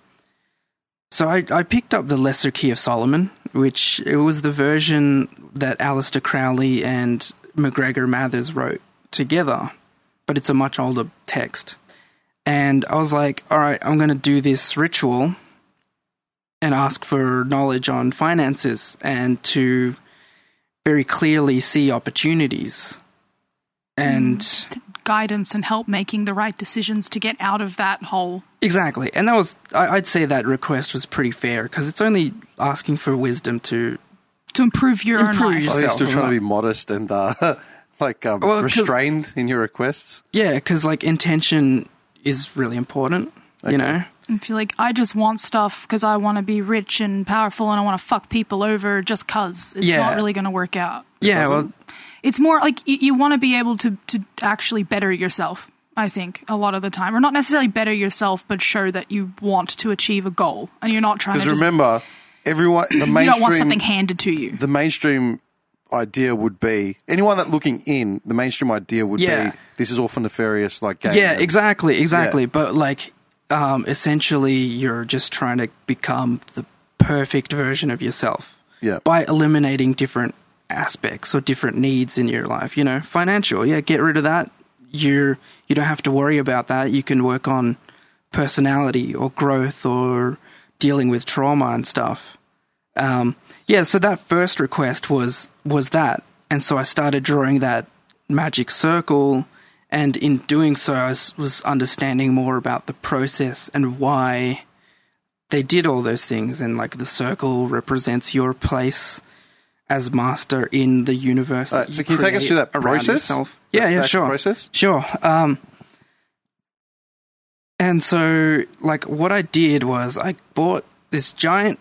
S9: so I, I picked up the Lesser Key of Solomon, which it was the version that Alistair Crowley and McGregor Mathers wrote together, but it's a much older text and I was like, all right, I'm going to do this ritual and ask for knowledge on finances and to very clearly see opportunities. And
S8: guidance and help making the right decisions to get out of that hole.
S9: exactly. And that was, I, I'd say that request was pretty fair because it's only asking for wisdom to
S8: to improve your
S9: Improve
S8: own life.
S1: I think you're still
S9: yourself,
S1: trying to
S9: right?
S1: be modest and uh, like um,
S9: Well, 'cause-
S1: restrained in your requests.
S9: Yeah, because like intention is really important. You know,
S8: And feel like I just want stuff because I want to be rich and powerful and I want to fuck people over just cause. It's
S9: Yeah.
S8: not really going to work out.
S9: yeah. Well,
S8: It's more like you, you want to be able to to actually better yourself. I think a lot of the time, or not necessarily better yourself, but show that you want to achieve a goal and you're not trying to
S1: Because
S8: just.
S1: remember, everyone the mainstream
S8: you don't want something handed to you.
S1: the mainstream idea would be anyone that looking in the mainstream idea would
S9: Yeah.
S1: be this is all for nefarious like game
S9: yeah, exactly, exactly. But like, um, essentially, you're just trying to become the perfect version of yourself.
S1: Yeah.
S9: By eliminating different aspects or different needs in your life, you know, financial. Yeah, get rid of that. You're you don't have to worry about that. You can work on personality or growth or dealing with trauma and stuff. Um, yeah, so that first request was was that, and so I started drawing that magic circle, and in doing so, I was, was understanding more about the process and why they did all those things, and like the circle represents your place as master in the universe.
S1: Uh,
S9: that
S1: so can you take us
S9: create
S1: through that
S9: around
S1: process?
S9: yourself. Yeah,
S1: That
S9: yeah,
S1: actual
S9: sure.
S1: process?
S9: Sure. Um, and so, like, what I did was I bought this giant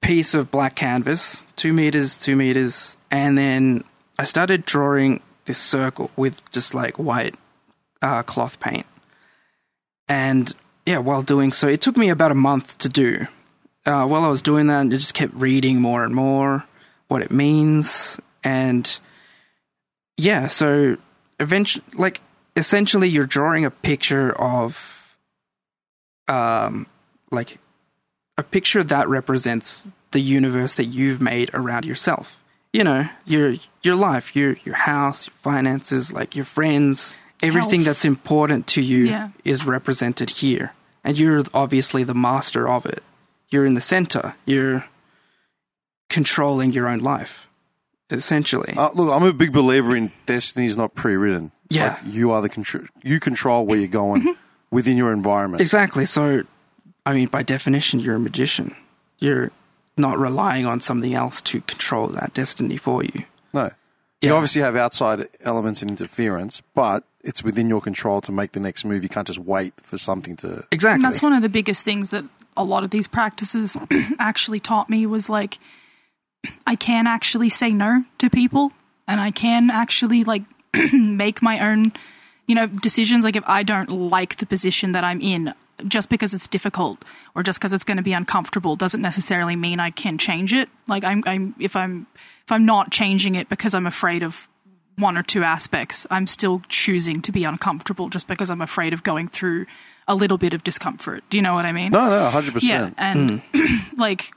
S9: piece of black canvas, two meters, two meters, and then I started drawing this circle with just like white uh, cloth paint. And yeah, while doing so, it took me about a month to do. Uh, while I was doing that, I just kept reading more and more what it means, and yeah, so eventually, like essentially, you're drawing a picture of, um, like a picture that represents the universe that you've made around yourself. You know, your your life, your your house, your finances, like your friends, everything
S8: Health.
S9: that's important to you
S8: Yeah.
S9: is represented here. And you're obviously the master of it. You're in the center. You're controlling your own life, essentially.
S1: Uh, look i'm a big believer in destiny's not pre-written
S9: Yeah.
S1: Like, you are the control you control where you're going within your environment
S9: Exactly. So, I mean, by definition, you're a magician. You're not relying on something else to control that destiny for you.
S1: no you obviously have outside elements and interference but it's within your control to make the next move you can't just wait for something to
S9: Exactly.
S8: And that's one of the biggest things that a lot of these practices actually taught me was like I can actually say no to people and I can actually like make my own you know decisions like if I don't like the position that I'm in just because it's difficult or just because it's going to be uncomfortable doesn't necessarily mean I can change it like I'm I'm if I'm if I'm not changing it because I'm afraid of one or two aspects, I'm still choosing to be uncomfortable just because I'm afraid of going through a little bit of discomfort. Do you know what I mean?
S1: no no 100%
S8: Yeah, and
S9: Hmm.
S8: like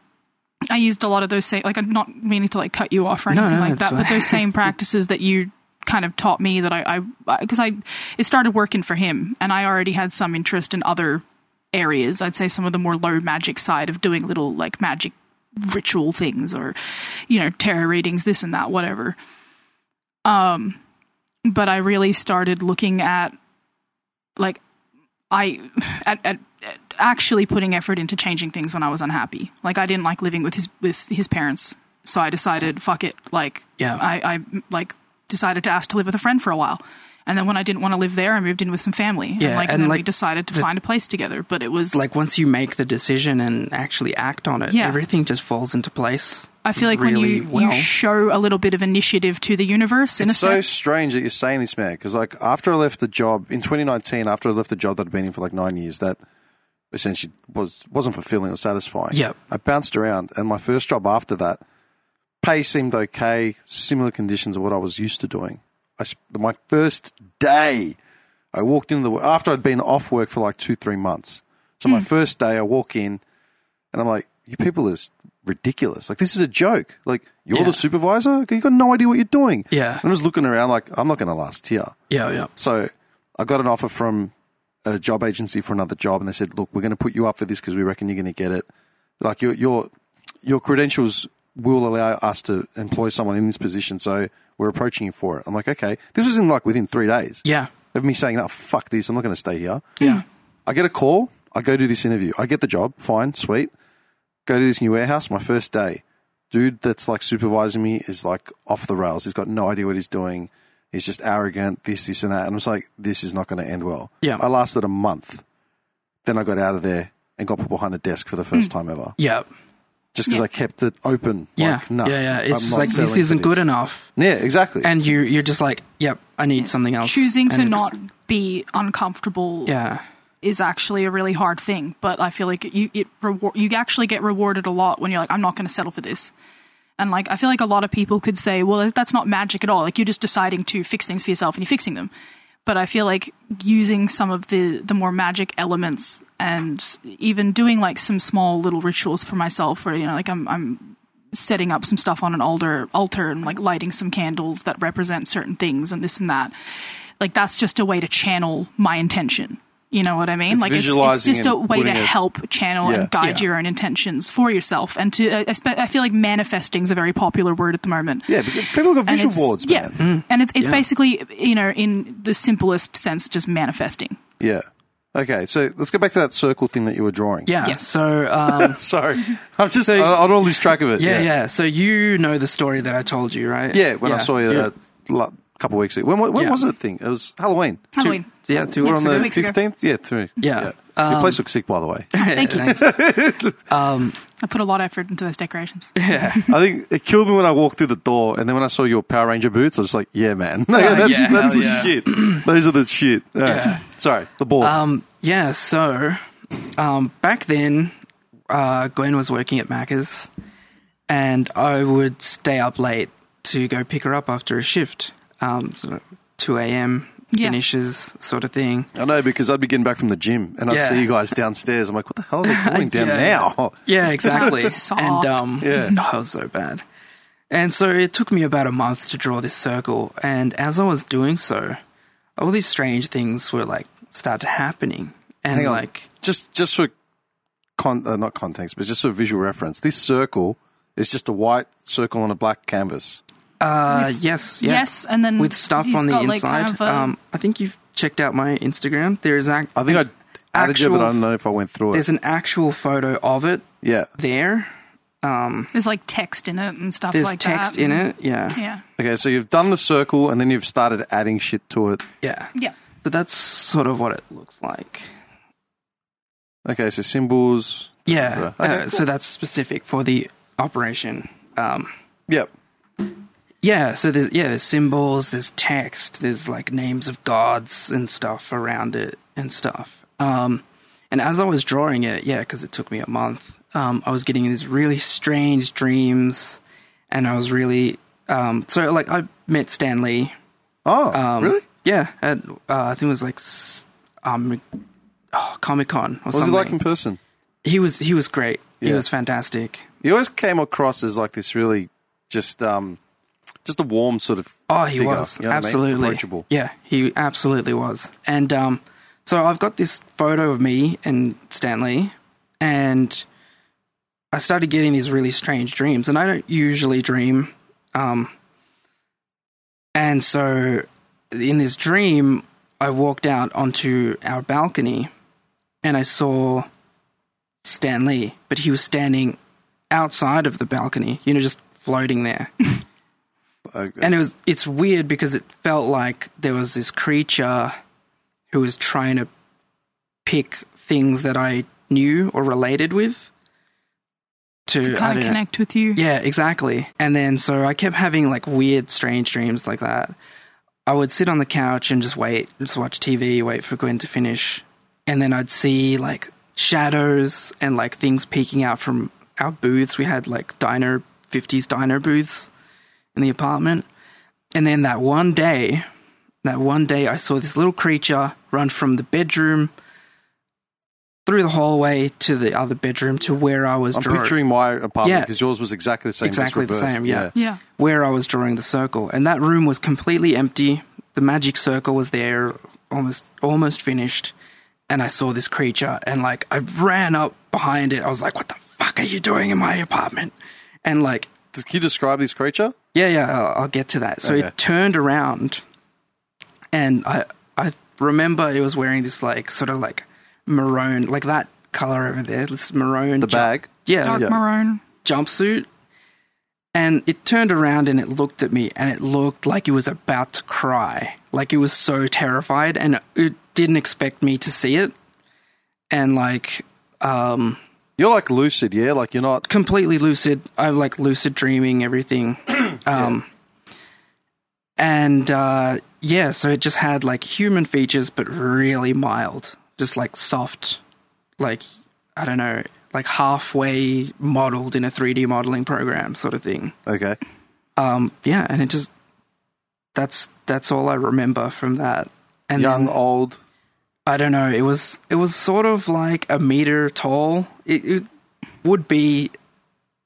S8: I used a lot of those same like I'm not meaning to like cut you off or
S9: No,
S8: anything
S9: no,
S8: like
S9: it's
S8: that, but
S9: fine.
S8: those same practices that you kind of taught me that I because I, it started working for him and I already had some interest in other areas. I'd say some of the more low magic side of doing little like magic ritual things or you know tarot readings, this and that, whatever. Um, but I really started looking at like I at, at, at actually putting effort into changing things when I was unhappy. Like I didn't like living with his with his parents, so I decided fuck it. Like
S9: Yeah.
S8: I, I like decided to ask to live with a friend for a while, and then when I didn't want to live there, I moved in with some family.
S9: Yeah,
S8: and like
S9: and,
S8: then we
S9: like,
S8: decided to find a place together. But it was
S9: like once you make the decision and actually act on it,
S8: Yeah.
S9: everything just falls into place.
S8: I feel like
S9: really
S8: when you,
S9: well.
S8: you show a little bit of initiative to the universe in
S1: It's
S8: a
S1: so
S8: sense,
S1: strange that you're saying this, man. Because like after I left the job in 2019, after I left the job that I'd been in for like nine years, that essentially was wasn't fulfilling or satisfying.
S9: Yep.
S1: I bounced around, and my first job after that, pay seemed okay, similar conditions of what I was used to doing. I sp- my first day, I walked into the after I'd been off work for like two three months. So
S9: Hmm.
S1: my first day, I walk in, and I'm like, "You people are." Ridiculous! Like this is a joke. Like you're
S9: Yeah.
S1: the supervisor. You got no idea what you're doing.
S9: Yeah.
S1: I'm just looking around like, I'm not going to last here.
S9: Yeah, yeah.
S1: So I got an offer from a job agency for another job, and they said, look, we're going to put you up for this because we reckon you're going to get it. Like your your your credentials will allow us to employ someone in this position, so we're approaching you for it. I'm like, okay. This was in like within three days
S9: Yeah.
S1: of me saying, no, fuck this, I'm not going to stay here.
S8: Mm.
S9: Yeah.
S1: I get a call. I go do this interview. I get the job. Fine, sweet. Go to this new warehouse. My first day. dude that's like supervising me is like off the rails. He's got no idea what he's doing. He's just arrogant, this, this, and that. And I'm just like, this is not going to end well.
S9: Yeah.
S1: I lasted a month. Then I got out of there and got put behind a desk for the first time ever.
S9: Hmm. Yeah.
S1: Just because I kept it open.
S9: Yeah.
S1: Like, no,
S9: yeah, yeah.
S1: I'm
S9: It's
S1: not
S9: like
S1: settling
S9: this
S1: for
S9: isn't good enough.
S1: Yeah, exactly.
S9: And you you're just like, Yep, I need something else.
S8: Choosing to
S9: And it's-
S8: not be uncomfortable
S9: Yeah.
S8: is actually a really hard thing. But I feel like you it rewar- you actually get rewarded a lot when you're like, I'm not going to settle for this. And like, I feel like a lot of people could say, well, that's not magic at all. Like you're just deciding to fix things for yourself and you're fixing them. But I feel like using some of the the more magic elements and even doing like some small little rituals for myself, where you know, like I'm I'm setting up some stuff on an altar altar and like lighting some candles that represent certain things and this and that. Like that's just a way to channel my intention. You know what I mean?
S1: It's
S8: like it's, it's
S1: visualizing
S8: just a
S1: and
S8: way to
S1: putting it-
S8: help channel
S1: Yeah.
S8: and guide
S9: Yeah.
S8: your own intentions for yourself. And to I, I spe- I feel like manifesting is a very popular word at the moment.
S1: yeah, because people got
S8: And
S1: visual
S8: it's-
S1: boards,
S8: yeah,
S1: man.
S9: Mm.
S8: and it's it's basically you know in the simplest sense just manifesting.
S1: Yeah. Okay, so let's go back to that circle thing that you were drawing.
S9: Yeah.
S8: Yes.
S9: So um
S1: Sorry. I'm just, I, I don't lose track of it.
S9: yeah, yeah. So you know the story that I told you, right?
S1: Yeah, when I saw you uh,
S9: Yeah.
S1: a lo- couple weeks ago. When, when
S9: Yeah.
S1: was it thing? It was Halloween.
S8: Halloween.
S9: yeah, two
S1: We're
S9: weeks
S1: on
S9: ago.
S1: the
S8: weeks ago.
S1: 15th? Yeah, three.
S9: Yeah. Um,
S1: Your place looks sick, by the way. I
S8: Thank you.
S9: Thanks.
S8: I put a lot of effort into those decorations.
S1: think it killed me when I walked through the door, and then when I saw your Power Ranger boots, I was like, yeah, man. that's
S9: yeah,
S1: that's the
S9: hell yeah.
S1: shit. Those are the shit. All right.
S9: Yeah.
S1: Sorry, the ball.
S9: Um, yeah, so um, back then, uh, Gwen was working at Macca's, and I would stay up late to go pick her up after a shift, um, sort of 2 a.m.
S8: Yeah.
S9: finishes sort of thing.
S1: I know because I'd be getting back from the gym, and I'd
S9: Yeah.
S1: see you guys downstairs. I'm like, what the hell are they doing down
S9: Yeah.
S1: now?
S9: Yeah, exactly.
S8: Sucked.
S9: and um,
S1: Yeah.
S9: that was so bad. And so it took me about a month to draw this circle, and as I was doing so, all these strange things were like started happening, and
S1: Hang on.
S9: like
S1: just just for con- uh, not context, but just for visual reference, this circle is just a white circle on a black canvas.
S9: Uh, yes, yeah.
S8: yes, and then
S9: with stuff
S8: he's
S9: on the
S8: got,
S9: inside.
S8: like, kind of a-
S9: um, I think you've checked out my Instagram. There is act.
S1: I think I added you, but I don't know if I went through it.
S9: There's an actual photo of it
S1: yeah.
S9: there.
S8: There's like text in it and stuff
S9: There's
S8: like
S9: text
S8: that.
S9: in it. Yeah. yeah,
S8: Yeah.
S1: Okay, so you've done the circle, and then you've started adding shit to it.
S8: Yeah.
S9: So that's sort of what it looks like.
S1: Okay, so symbols.
S9: Yeah.
S1: Okay,
S9: uh,
S1: cool.
S9: So that's specific for the operation. Um,
S1: Yep.
S9: yeah. So there's yeah there's symbols, there's text, there's like names of gods and stuff around it and stuff. Um, and as I was drawing it, yeah, because it took me a month, um, I was getting these really strange dreams, and I was really um, so like I met Stan Lee.
S1: Oh, really?
S9: Yeah, at, uh, I think it was like s- um, oh, Comic Con or
S1: What was
S9: something.
S1: it like in person?
S9: he was he was great. He
S1: Yeah.
S9: was fantastic.
S1: You always came across as like this really just um just a warm sort of.
S9: Oh, he
S1: figure,
S9: was
S1: you know what I mean?
S9: absolutely
S1: approachable.
S9: Yeah, he absolutely was. And um, so I've got this photo of me and Stanley, and I started getting these really strange dreams, and I don't usually dream. Um, and so in this dream, I walked out onto our balcony, and I saw Stanley, but he was standing outside of the balcony, you know, just floating there
S1: Okay.
S9: and it was it's weird because it felt like there was this creature who was trying to pick things that I knew or related with to,
S8: To
S9: I
S8: kind
S9: don't
S8: of
S9: know.
S8: connect with you.
S9: Yeah, exactly. And then so I kept having like weird, strange dreams like that. I would sit on the couch and just wait, just watch TV, wait for Gwen to finish, and then I'd see like shadows and like things peeking out from our booths. We had like diner fifties diner booths in the apartment, and then that one day, that one day, I saw this little creature run from the bedroom. Through the hallway to the other bedroom to where I was
S1: I'm
S9: drawing
S1: picturing my apartment
S9: Yeah.
S1: because yours was exactly the same. just
S9: exactly the
S1: reversed.
S9: same. Yeah.
S8: Yeah.
S9: Where I was drawing the circle, and that room was completely empty. The magic circle was there, almost almost finished, and I saw this creature, and like I ran up behind it. I was like, "What the fuck are you doing in my apartment?" And like,
S1: Can you describe this creature?
S9: yeah, yeah, I'll, I'll get to that. So
S1: Okay.
S9: it turned around, and I I remember it was wearing this like sort of like maroon, like that color over there, this maroon
S1: The
S9: ju-
S8: Oh,
S1: bag.
S9: yeah,
S8: Dark
S1: Yeah.
S8: maroon.
S9: jumpsuit And it turned around and it looked at me and it looked like it was about to cry. Like it was so terrified and it didn't expect me to see it. And like, um,
S1: You're like lucid, yeah? Like you're not.
S9: completely lucid. I'm like lucid dreaming everything. um, and uh, yeah, so it just had like human features, but really mild, just like soft, like I don't know, like halfway modeled in a 3D modeling program sort of thing.
S1: Okay.
S9: Um, yeah, and it just that's that's all I remember from that. And
S1: Young,
S9: then-
S1: old.
S9: I don't know. It was it was sort of like a meter tall. It, it would be.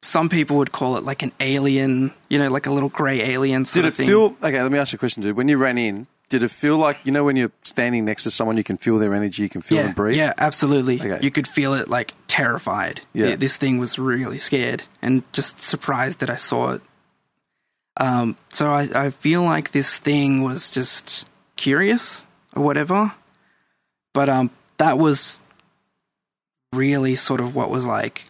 S9: Some people would call it like an alien, you know, like a little grey alien sort
S1: Did it
S9: of thing.
S1: feel. Okay, let me ask you a question, dude. When you ran in, did it feel like, you know, when you're standing next to someone, you can feel their energy, you can feel
S9: yeah,
S1: them breathe?
S9: yeah, absolutely.
S1: Okay.
S9: You could feel it like terrified.
S1: Yeah.
S9: Th- this thing was really scared and just surprised that I saw it. Um, so I, I feel like this thing was just curious or whatever. But um, that was really sort of what was like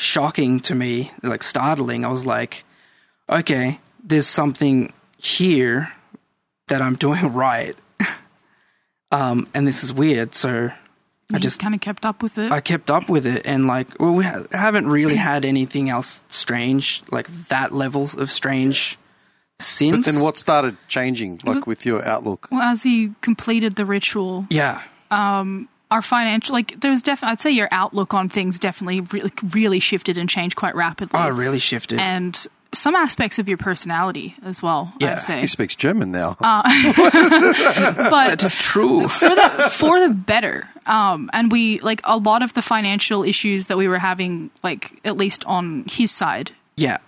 S9: shocking to me, like startling. I was like, okay, there's something here that I'm doing right. um, and this is weird. So I just
S8: just kind of kept up with it.
S9: I kept up with it, and like, well, we ha- haven't really had anything else strange, like that levels of strange
S1: But
S9: since.
S1: then what started changing, like
S8: Mm-hmm.
S1: with your outlook?
S8: well, as you completed the ritual,
S9: Yeah,
S8: our financial like there was definitely I'd say your outlook on things definitely really, really shifted and changed quite rapidly,
S9: oh, it really shifted.
S8: and some aspects of your personality as well.
S9: Yeah.
S8: I'd say,
S1: He speaks German now.
S8: Ah, but
S9: that is true.
S8: for the for the better. Um, and we like a lot of the financial issues that we were having, like at least on his side,
S9: yeah.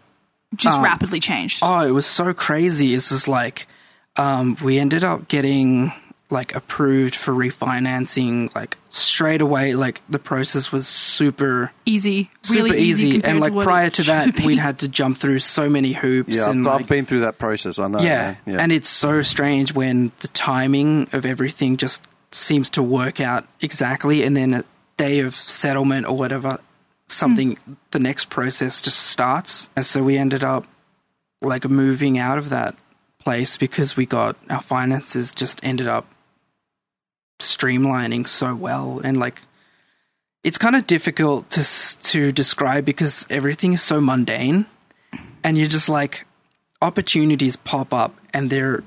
S8: just rapidly changed.
S9: Um, Oh, it was so crazy. It's just like um, we ended up getting like approved for refinancing like straight away. Like the process was super
S8: easy,
S9: super
S8: really
S9: easy,
S8: compared
S9: and like
S8: what
S9: prior
S8: it
S9: to
S8: should
S9: that,
S8: be.
S9: we'd had to jump through so many hoops.
S1: yeah,
S9: and
S1: I've,
S9: like,
S1: I've been through that process. I know.
S9: yeah.
S1: man. yeah.
S9: and it's so strange when the timing of everything just seems to work out exactly, and then a day of settlement or whatever, something the next process just starts, and so we ended up like moving out of that place because we got our finances just ended up streamlining so well and like it's kind of difficult to s- to describe because everything is so mundane and you're just like opportunities pop up and they're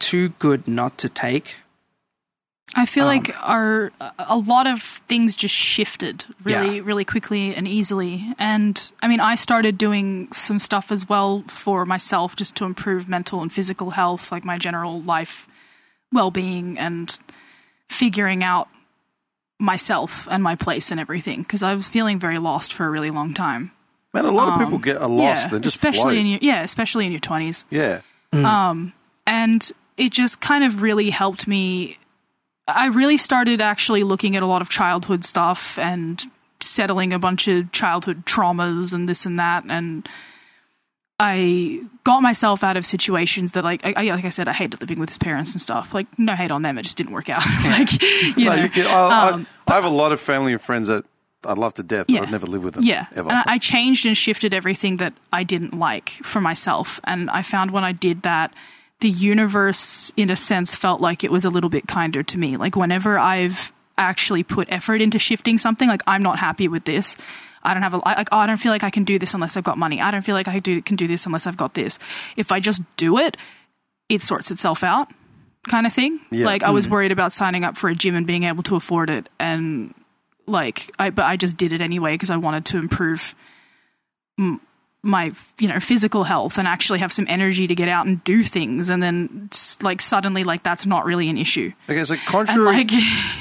S9: too good not to take.
S8: I feel
S1: Um,
S8: like our a lot of things just shifted really,
S9: Yeah.
S8: really quickly and easily. And I mean, I started doing some stuff as well for myself, just to improve mental and physical health, like my general life well being, and figuring out myself and my place and everything because I was feeling very lost for a really long time.
S1: Man, a lot of people get a lost
S8: um, yeah,
S1: and just
S8: especially
S1: float.
S8: in your yeah, especially in your twenties.
S1: yeah.
S8: and it just kind of really helped me. I really started actually looking at a lot of childhood stuff and settling a bunch of childhood traumas and this and that and I got myself out of situations that like I, I like I said I hated living with his parents and stuff like no hate on them it just didn't work out like
S1: No,
S8: you know Um,
S1: you can, I, I, I have a lot of family and friends that I love to death, but
S8: Yeah.
S1: I'd never live with them.
S8: Yeah.
S1: Ever.
S8: And I, I changed and shifted everything that I didn't like for myself. And I found when I did that, the universe, in a sense, felt like it was a little bit kinder to me. Like, whenever I've actually put effort into shifting something, like, I'm not happy with this. I don't have a, I, like, oh, I don't feel like I can do this unless I've got money. I don't feel like I do, can do this unless I've got this. If I just do it, it sorts itself out kind of thing. Like I
S9: Mm.
S8: was worried about signing up for a gym and being able to afford it, and like I but I just did it anyway because I wanted to improve m- my you know physical health and actually have some energy to get out and do things. And then s- like suddenly like that's not really an issue.
S1: okay, so
S8: And
S1: contrary,
S8: like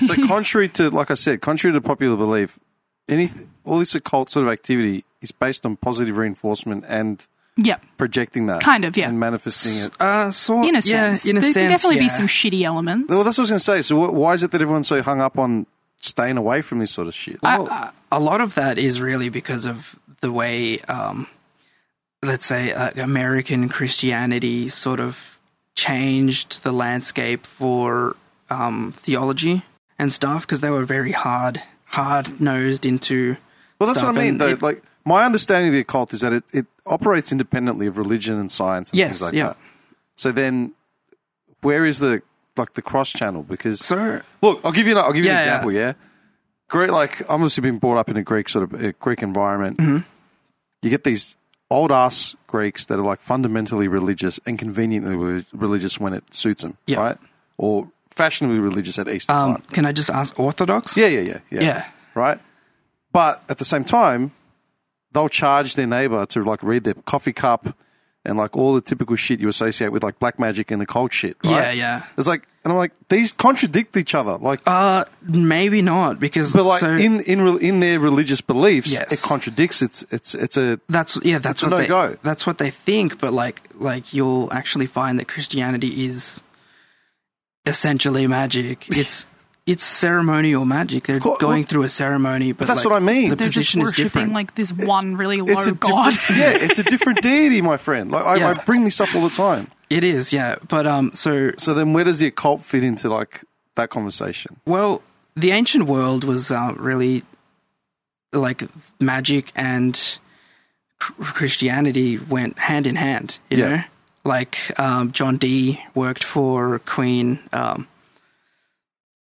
S1: so contrary to, like I said, contrary to popular belief, anything, all this occult sort of activity is based on positive reinforcement and
S8: yeah,
S1: projecting that,
S8: Kind of, yeah.
S1: and manifesting it.
S9: Uh, so
S8: in a
S9: yeah,
S8: sense,
S9: in a
S8: there
S9: sense,
S8: can definitely
S9: yeah.
S8: be some shitty elements.
S1: Well, that's what I was going to say. So, wh why is it that everyone's so hung up on staying away from this sort of shit?
S9: Well, a lot of that is really because of the way, um, let's say, uh, American Christianity sort of changed the landscape for um, theology and stuff because they were very hard, hard nosed into.
S1: Well, that's
S9: stuff
S1: what I mean,
S9: and
S1: though.
S9: it-
S1: like, my understanding of the occult is that it, it operates independently of religion and science and
S9: Yes,
S1: things like
S9: yeah.
S1: that. So then, where is the like the cross channel? Because
S9: So
S1: Look, I'll give you an, I'll give you an
S9: Yeah, yeah.
S1: example. Yeah. Greek, like I'm obviously been brought up in a Greek sort of a Greek environment.
S9: Mm-hmm.
S1: You get these old ass Greeks that are like fundamentally religious and conveniently re- religious when it suits them,
S9: Yeah.
S1: right? Or fashionably religious at Easter
S9: um,
S1: time.
S9: can I just ask Orthodox?
S1: Yeah, yeah, yeah, yeah,
S9: Yeah.
S1: Right. But at the same time, they'll charge their neighbor to like read their coffee cup and like all the typical shit you associate with like black magic and occult shit. Right?
S9: Yeah, yeah.
S1: It's like, and I'm like, these contradict each other. Like,
S9: Uh, maybe not because
S1: but like
S9: Oh, so
S1: in in re- in their religious beliefs,
S9: Yes.
S1: it contradicts. It's it's it's a
S9: that's yeah that's
S1: It's a
S9: what they
S1: no-go.
S9: that's what they think. But like like you'll actually find that Christianity is essentially magic. It's it's ceremonial magic. They're
S1: course-
S9: going
S1: well,
S9: through a ceremony, but,
S1: that's
S9: like,
S1: what I mean.
S9: The
S8: They're just
S9: position is different.
S8: worshipping like this one really low
S1: it's a
S8: god.
S1: different yeah, it's a different deity, my friend. Like I,
S9: Yeah.
S1: I bring this up all the time.
S9: it is, yeah. But um, so
S1: So then, where does the occult fit into like that conversation?
S9: Well, the ancient world was uh, really like magic and cr- Christianity went hand in hand. You
S1: Yeah.
S9: know, like um, John Dee worked for Queen. Um,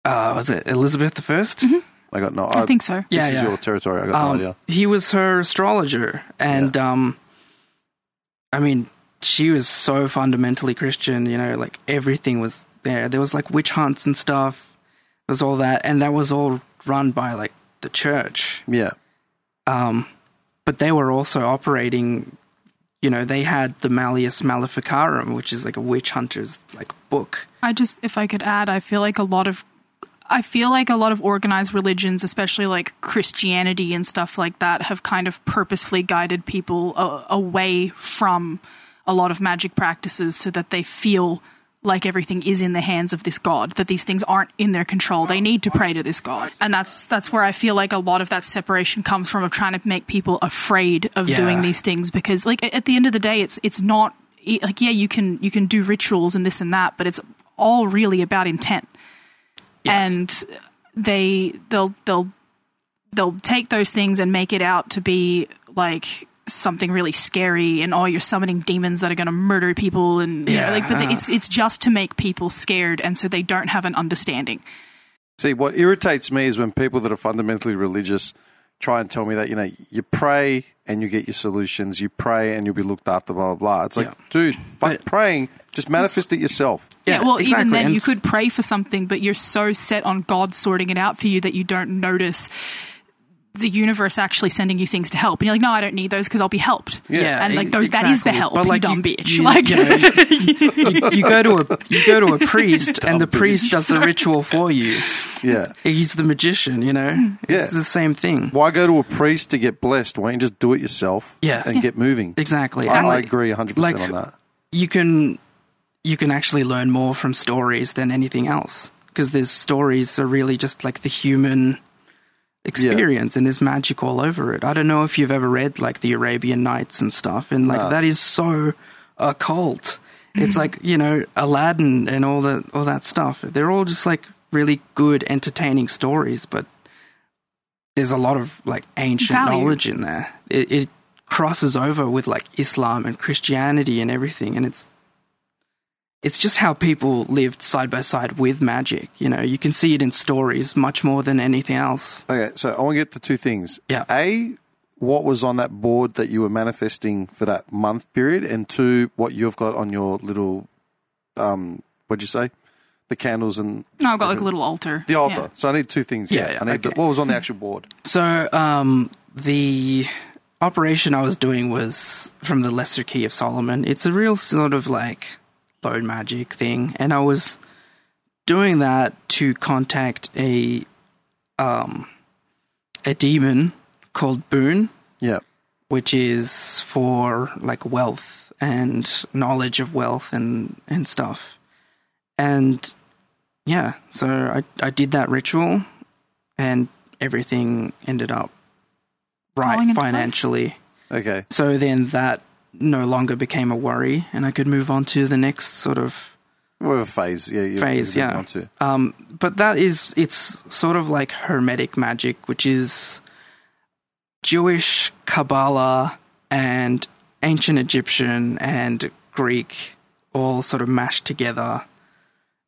S9: uh, was it Elizabeth the 1st
S1: I got no.
S8: I think so.
S1: This
S9: Yeah,
S1: is
S9: yeah.
S1: your territory. I got no
S9: Um,
S1: idea.
S9: He was her astrologer, and um, I mean, she was so fundamentally Christian. You know, like everything was there. There was like witch hunts and stuff. There was all that, and that was all run by like the church.
S1: Yeah,
S9: But they were also operating. You know, they had the Malleus Maleficarum, which is like a witch hunter's like book.
S8: I just, if I could add, I feel like a lot of, I feel like a lot of organized religions, especially like Christianity and stuff like that, have kind of purposefully guided people a- away from a lot of magic practices so that they feel like everything is in the hands of this god that these things aren't in their control they need to pray to this god and that's that's where i feel like a lot of that separation comes from of trying to make people afraid of
S9: Yeah.
S8: doing these things because like a- at the end of the day it's it's not it- like yeah you can you can do rituals and this and that but it's all really about intent and they they'll they'll they'll take those things and make it out to be like something really scary and oh you're summoning demons that are going to murder people and yeah
S9: Yeah.
S8: like but the- it's it's just to make people scared and so they don't have an understanding
S1: See, what irritates me is when people that are fundamentally religious try and tell me that, you know, you pray and you get your solutions, you pray and you'll be looked after, blah, blah, blah. It's like,
S9: Yeah.
S1: dude, fuck
S9: But-
S1: praying, just manifest it yourself.
S8: yeah, well even
S9: exactly,
S8: then
S9: and
S8: you
S9: s-
S8: could pray for something but you're so set on god sorting it out for you that you don't notice the universe actually sending you things to help and you're like no i don't need those because i'll be helped and like
S9: e-
S8: those that is the
S9: exactly.
S8: help
S9: But,
S8: you dumb bitch like
S9: you, know, you- you go to a you go to a priest, and the priest does the ritual for you.
S1: Yeah.
S9: He's the magician, you know.
S8: Hmm.
S9: It's
S1: Yeah.
S9: the same thing.
S1: Why go to a priest to get blessed? Why don't you just do it yourself
S9: Yeah.
S1: and
S9: Yeah.
S1: get moving?
S9: Exactly.
S1: I,
S9: And,
S1: I
S9: like,
S1: agree 100%
S9: like-
S1: on that.
S9: You can you can actually learn more from stories than anything else because these stories are really just like the human experience and there's magic all over it. I don't know if you've ever read like the Arabian Nights and stuff and like that is so occult. It's like, you know, Aladdin and all the all that stuff. They're all just like really good entertaining stories, but there's a lot of like ancient
S8: Value.
S9: knowledge in there. It, it crosses over with like Islam and Christianity and everything, and it's it's just how people lived side by side with magic. You know, you can see it in stories much more than anything else.
S1: Okay, so I want to get to two things.
S9: Yeah.
S1: A, what was on that board that you were manifesting for that month period? And two, what you've got on your little, um, what'd you say? The candles and
S8: no i've got like a little altar
S1: The altar.
S8: Yeah.
S1: So I need two things. Yeah,
S9: Yeah, yeah,
S1: I need the-
S9: okay.
S1: what was on the actual board.
S9: So, um, the operation I was doing was from the Lesser Key of Solomon. It's a real sort of like load magic thing, and I was doing that to contact a um a demon called Boon,
S1: Yeah,
S9: which is for like wealth and knowledge of wealth and and stuff. And yeah, so I I did that ritual, and everything ended up
S8: Falling
S9: right
S8: into place?
S9: financially.
S1: okay.
S9: So then that no longer became a worry, and I could move on to the next sort of
S1: Whatever phase. Yeah, you
S9: phase,
S1: you
S9: yeah.
S1: On to.
S9: Um, but that is it's sort of like hermetic magic, which is Jewish Kabbalah and ancient Egyptian and Greek all sort of mashed together.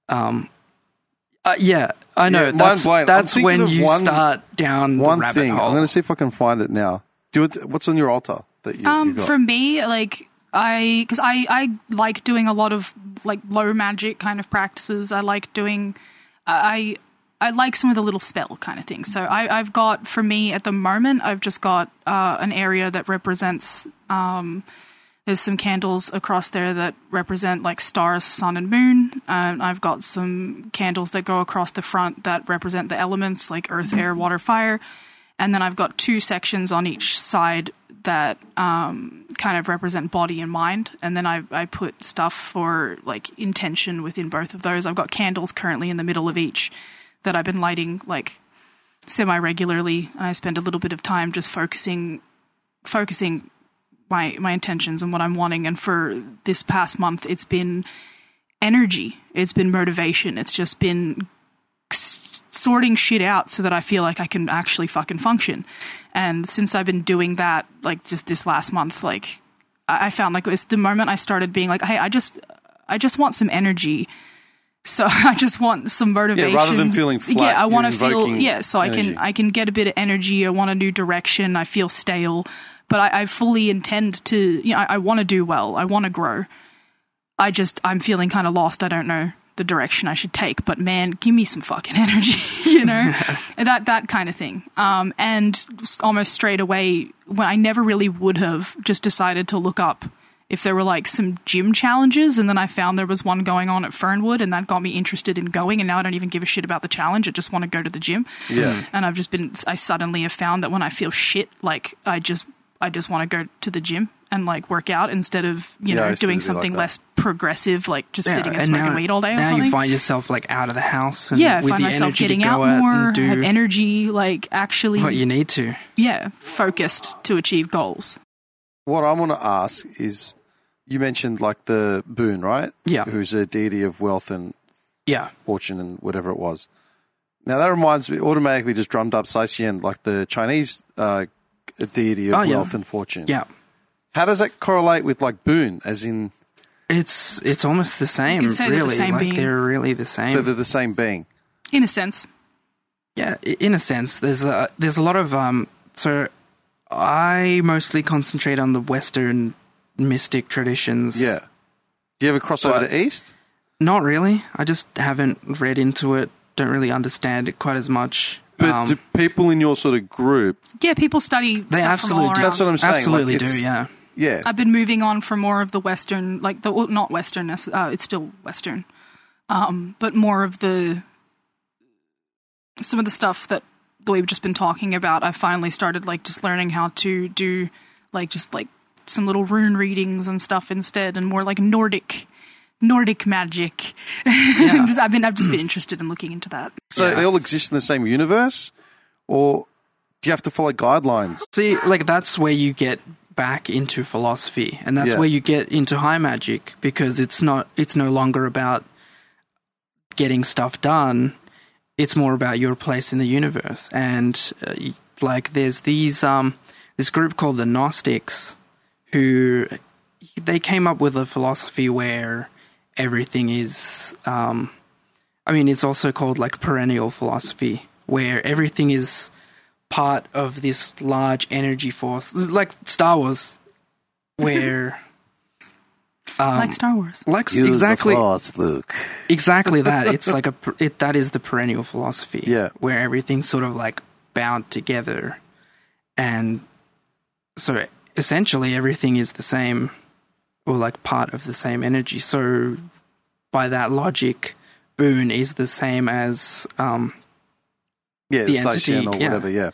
S9: Um, uh, yeah, I know.
S1: Yeah, mind
S9: that's
S1: blown. I'm
S9: that's
S1: thinking
S9: when
S1: of
S9: you
S1: one-
S9: start down
S1: One
S9: the rabbit
S1: thing.
S9: hole.
S1: I'm going to see if I can find it now. Do it. What's on your altar that you, you
S8: Um,
S1: got?
S8: for me, like I, because I, I like doing a lot of like low magic kind of practices. I like doing, I, I like some of the little spell kind of things. So I, I've got for me at the moment, I've just got uh, an area that represents. Um, there's some candles across there that represent like stars, sun, and moon. Um, I've got some candles that go across the front that represent the elements like earth, air, water, fire and then I've got two sections on each side that um, kind of represent body and mind, and then I, I put stuff for like intention within both of those. I've got candles currently in the middle of each that I've been lighting like semi regularly, and I spend a little bit of time just focusing focusing my my intentions and what I'm wanting. And for this past month, it's been energy, it's been motivation, it's just been sorting shit out so that I feel like I can actually fucking function. And since I've been doing that, like just this last month, like I, I found like it was the moment I started being like, hey, I just, I just want some energy. So I just want some motivation.
S1: than feeling flat,
S8: yeah, I
S1: you're
S8: want to feel.
S1: invoking
S8: Yeah, so I
S1: energy.
S8: can I can get a bit of energy. I want a new direction. I feel stale, but I, I fully intend to. You know, I, I want to do well. I want to grow. I just I'm feeling kind of lost. I don't know the direction I should take. But man, give me some fucking energy, you know, that that kind of thing. Um, and s- almost straight away, when I never really would have just decided to look up if there were like some gym challenges, and then I found there was one going on at Fernwood, and that got me interested in going. And now I don't even give a shit about the challenge. I just want to go to the gym.
S1: Yeah.
S8: And I've just been. I suddenly have found that when I feel shit, like I just I just want to go to the gym and like work out instead of you
S1: Yeah, I
S8: know
S1: used to
S8: doing
S1: be like
S8: something
S1: that.
S8: less progressive, like just
S9: Yeah,
S8: sitting and smoking
S9: now,
S8: weed all day or
S9: now
S8: something.
S9: you find yourself like out of the house and
S8: yeah, I
S9: with
S8: find
S9: the
S8: myself
S9: energy
S8: getting
S9: to go
S8: out
S9: out
S8: more,
S9: and do
S8: have energy, like actually,
S9: what you need to.
S8: yeah, focused to achieve goals.
S1: what I want to ask is, you mentioned like the boon, right?
S9: Yeah.
S1: Who's a deity of wealth and
S9: Yeah.
S1: fortune and whatever it was. Now that reminds me automatically just drummed up Saisyan, like the Chinese uh, deity of
S9: Oh, yeah.
S1: wealth and fortune.
S9: Yeah.
S1: How does that correlate with like boon? As in,
S9: It's it's almost the same,
S8: can say they're the
S9: really.
S8: same
S9: like
S8: being.
S9: they're really the same.
S1: so they're the same being.
S8: In a sense,
S9: yeah, i- in a sense, there's a there's a lot of um. So I mostly concentrate on the Western mystic traditions.
S1: Yeah. Do you ever cross over
S9: But-
S1: to East?
S9: not really. I just haven't read into it. Don't really understand it quite as much.
S1: But
S9: Um,
S1: do people in your sort of group?
S8: yeah, people study.
S9: They
S8: stuff
S9: absolutely
S8: From all
S9: do.
S8: around.
S1: That's what I'm saying. like,
S9: absolutely
S1: it's-
S9: do. Yeah,
S1: Yeah.
S8: I've been moving on for more of the Western, like the well, not Western. nec- Uh, it's still Western, um, but more of the some of the stuff that we've just been talking about. I finally started like just learning how to do like just like some little rune readings and stuff instead, and more like Nordic. Nordic magic. Just- I've been, I've just been interested in looking into that.
S1: so they all exist in the same universe, or do you have to follow guidelines?
S9: See, like that's where you get back into philosophy, and that's
S1: Yeah.
S9: where you get into high magic because it's not it's no longer about getting stuff done. It's more about your place in the universe, and uh, y- like there's these um this group called the Gnostics who they came up with a philosophy where everything is um I mean it's also called like perennial philosophy where everything is part of this large energy force, like Star Wars, where
S8: like Star Wars.
S9: like exactly
S1: Luke.
S9: exactly that. It's like a per- it, that is the perennial philosophy.
S1: Yeah.
S9: where everything's sort of like bound together, and so essentially everything is the same, or like part of the same energy. So by that logic, Boon is the same as um,
S1: Yeah,
S9: The
S1: the Saisyan
S9: entity,
S1: or
S9: yeah.
S1: whatever. Yeah.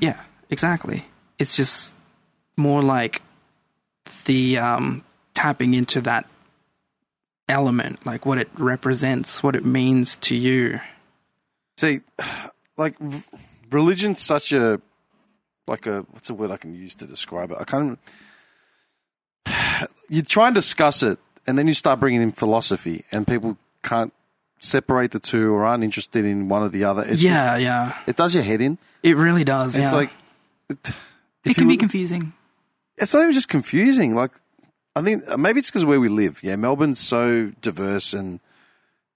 S9: Yeah, exactly. It's just more like the um, tapping into that element, like what it represents, what it means to you.
S1: See, like r- religion's such a like a what's a word I can use to describe it? I can't. even- You try and discuss it, and then you start bringing in philosophy, and people can't separate the two or aren't interested in one or the other. It's
S9: yeah, yeah.
S1: just, it does your head in.
S9: It really does.
S1: It's
S9: yeah.
S1: like
S8: It can be confusing.
S1: it's not even just confusing. Like, I think uh, maybe it's because where we live. Yeah, Melbourne's so diverse, and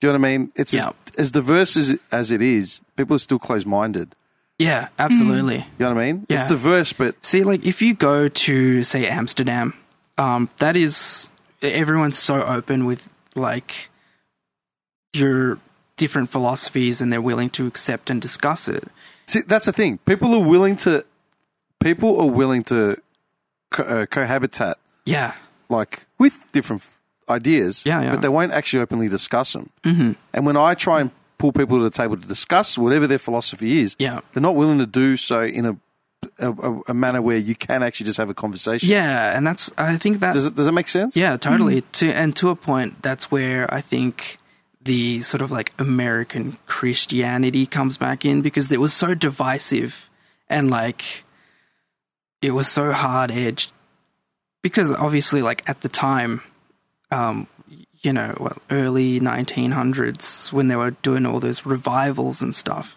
S1: do you know what I mean? It's
S9: Yeah.
S1: as, as diverse as as it is. People are still close minded.
S9: Yeah, absolutely.
S1: You know what I mean?
S9: Yeah.
S1: It's diverse, but
S9: See, like if you go to say Amsterdam, um, that is everyone's so open with like your different philosophies, and they're willing to accept and discuss it.
S1: see, that's the thing. People are willing to. People are willing to co- uh, cohabitat
S9: Yeah,
S1: like with different f- ideas,
S9: Yeah, yeah.
S1: but they won't actually openly discuss them. Mm-hmm. And when I try and pull people to the table to discuss whatever their philosophy is,
S9: Yeah.
S1: they're not willing to do so in a, a- a, a manner where you can actually just have a conversation.
S9: yeah, and that's I think that
S1: Does it, does it make sense? Mm-hmm.
S9: yeah, totally. To and to a point, that's where I think the sort of like American Christianity comes back in because it was so divisive and like it was so hard edged because obviously like at the time um you know well, early 1900s when they were doing all those revivals and stuff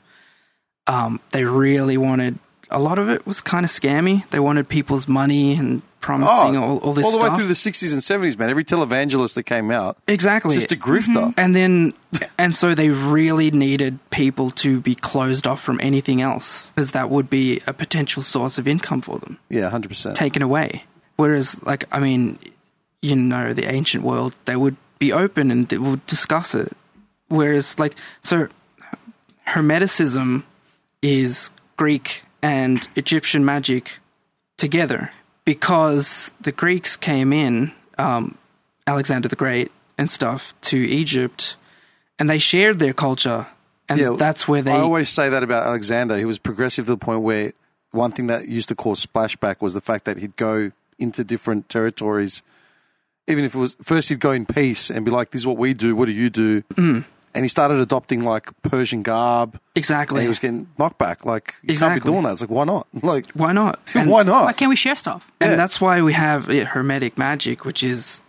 S9: um they really wanted a lot of it was kind of scammy they wanted people's money and promising all, all this
S1: Oh, the
S9: stuff
S1: way through the 60s and 70s, man. Every televangelist that came out,
S9: exactly Mm-hmm.
S1: just a grifter.
S9: and then and so they really needed people to be closed off from anything else because that would be a potential source of income for them
S1: Yeah, 100%.
S9: taken away whereas like i mean you know the ancient world they would be open and they would discuss it whereas like so hermeticism is greek and egyptian magic together because the greeks came in um, alexander the great and stuff to egypt and they shared their culture and
S1: yeah,
S9: that's where they
S1: I always say that about Alexander. He was progressive to the point where one thing that used to cause splashback was the fact that he'd go into different territories. Even if it was first, he'd go in peace and be like, "This is what we do. What do you do?" Mm. And he started adopting like Persian garb. And
S9: exactly
S1: he was getting knockback. Like you can't be
S9: Exactly.
S1: doing that. It's like why not? Like
S9: why not And-
S1: why not?
S8: Like, can we share stuff?
S1: Yeah.
S9: And that's why we have yeah, Hermetic magic, which is,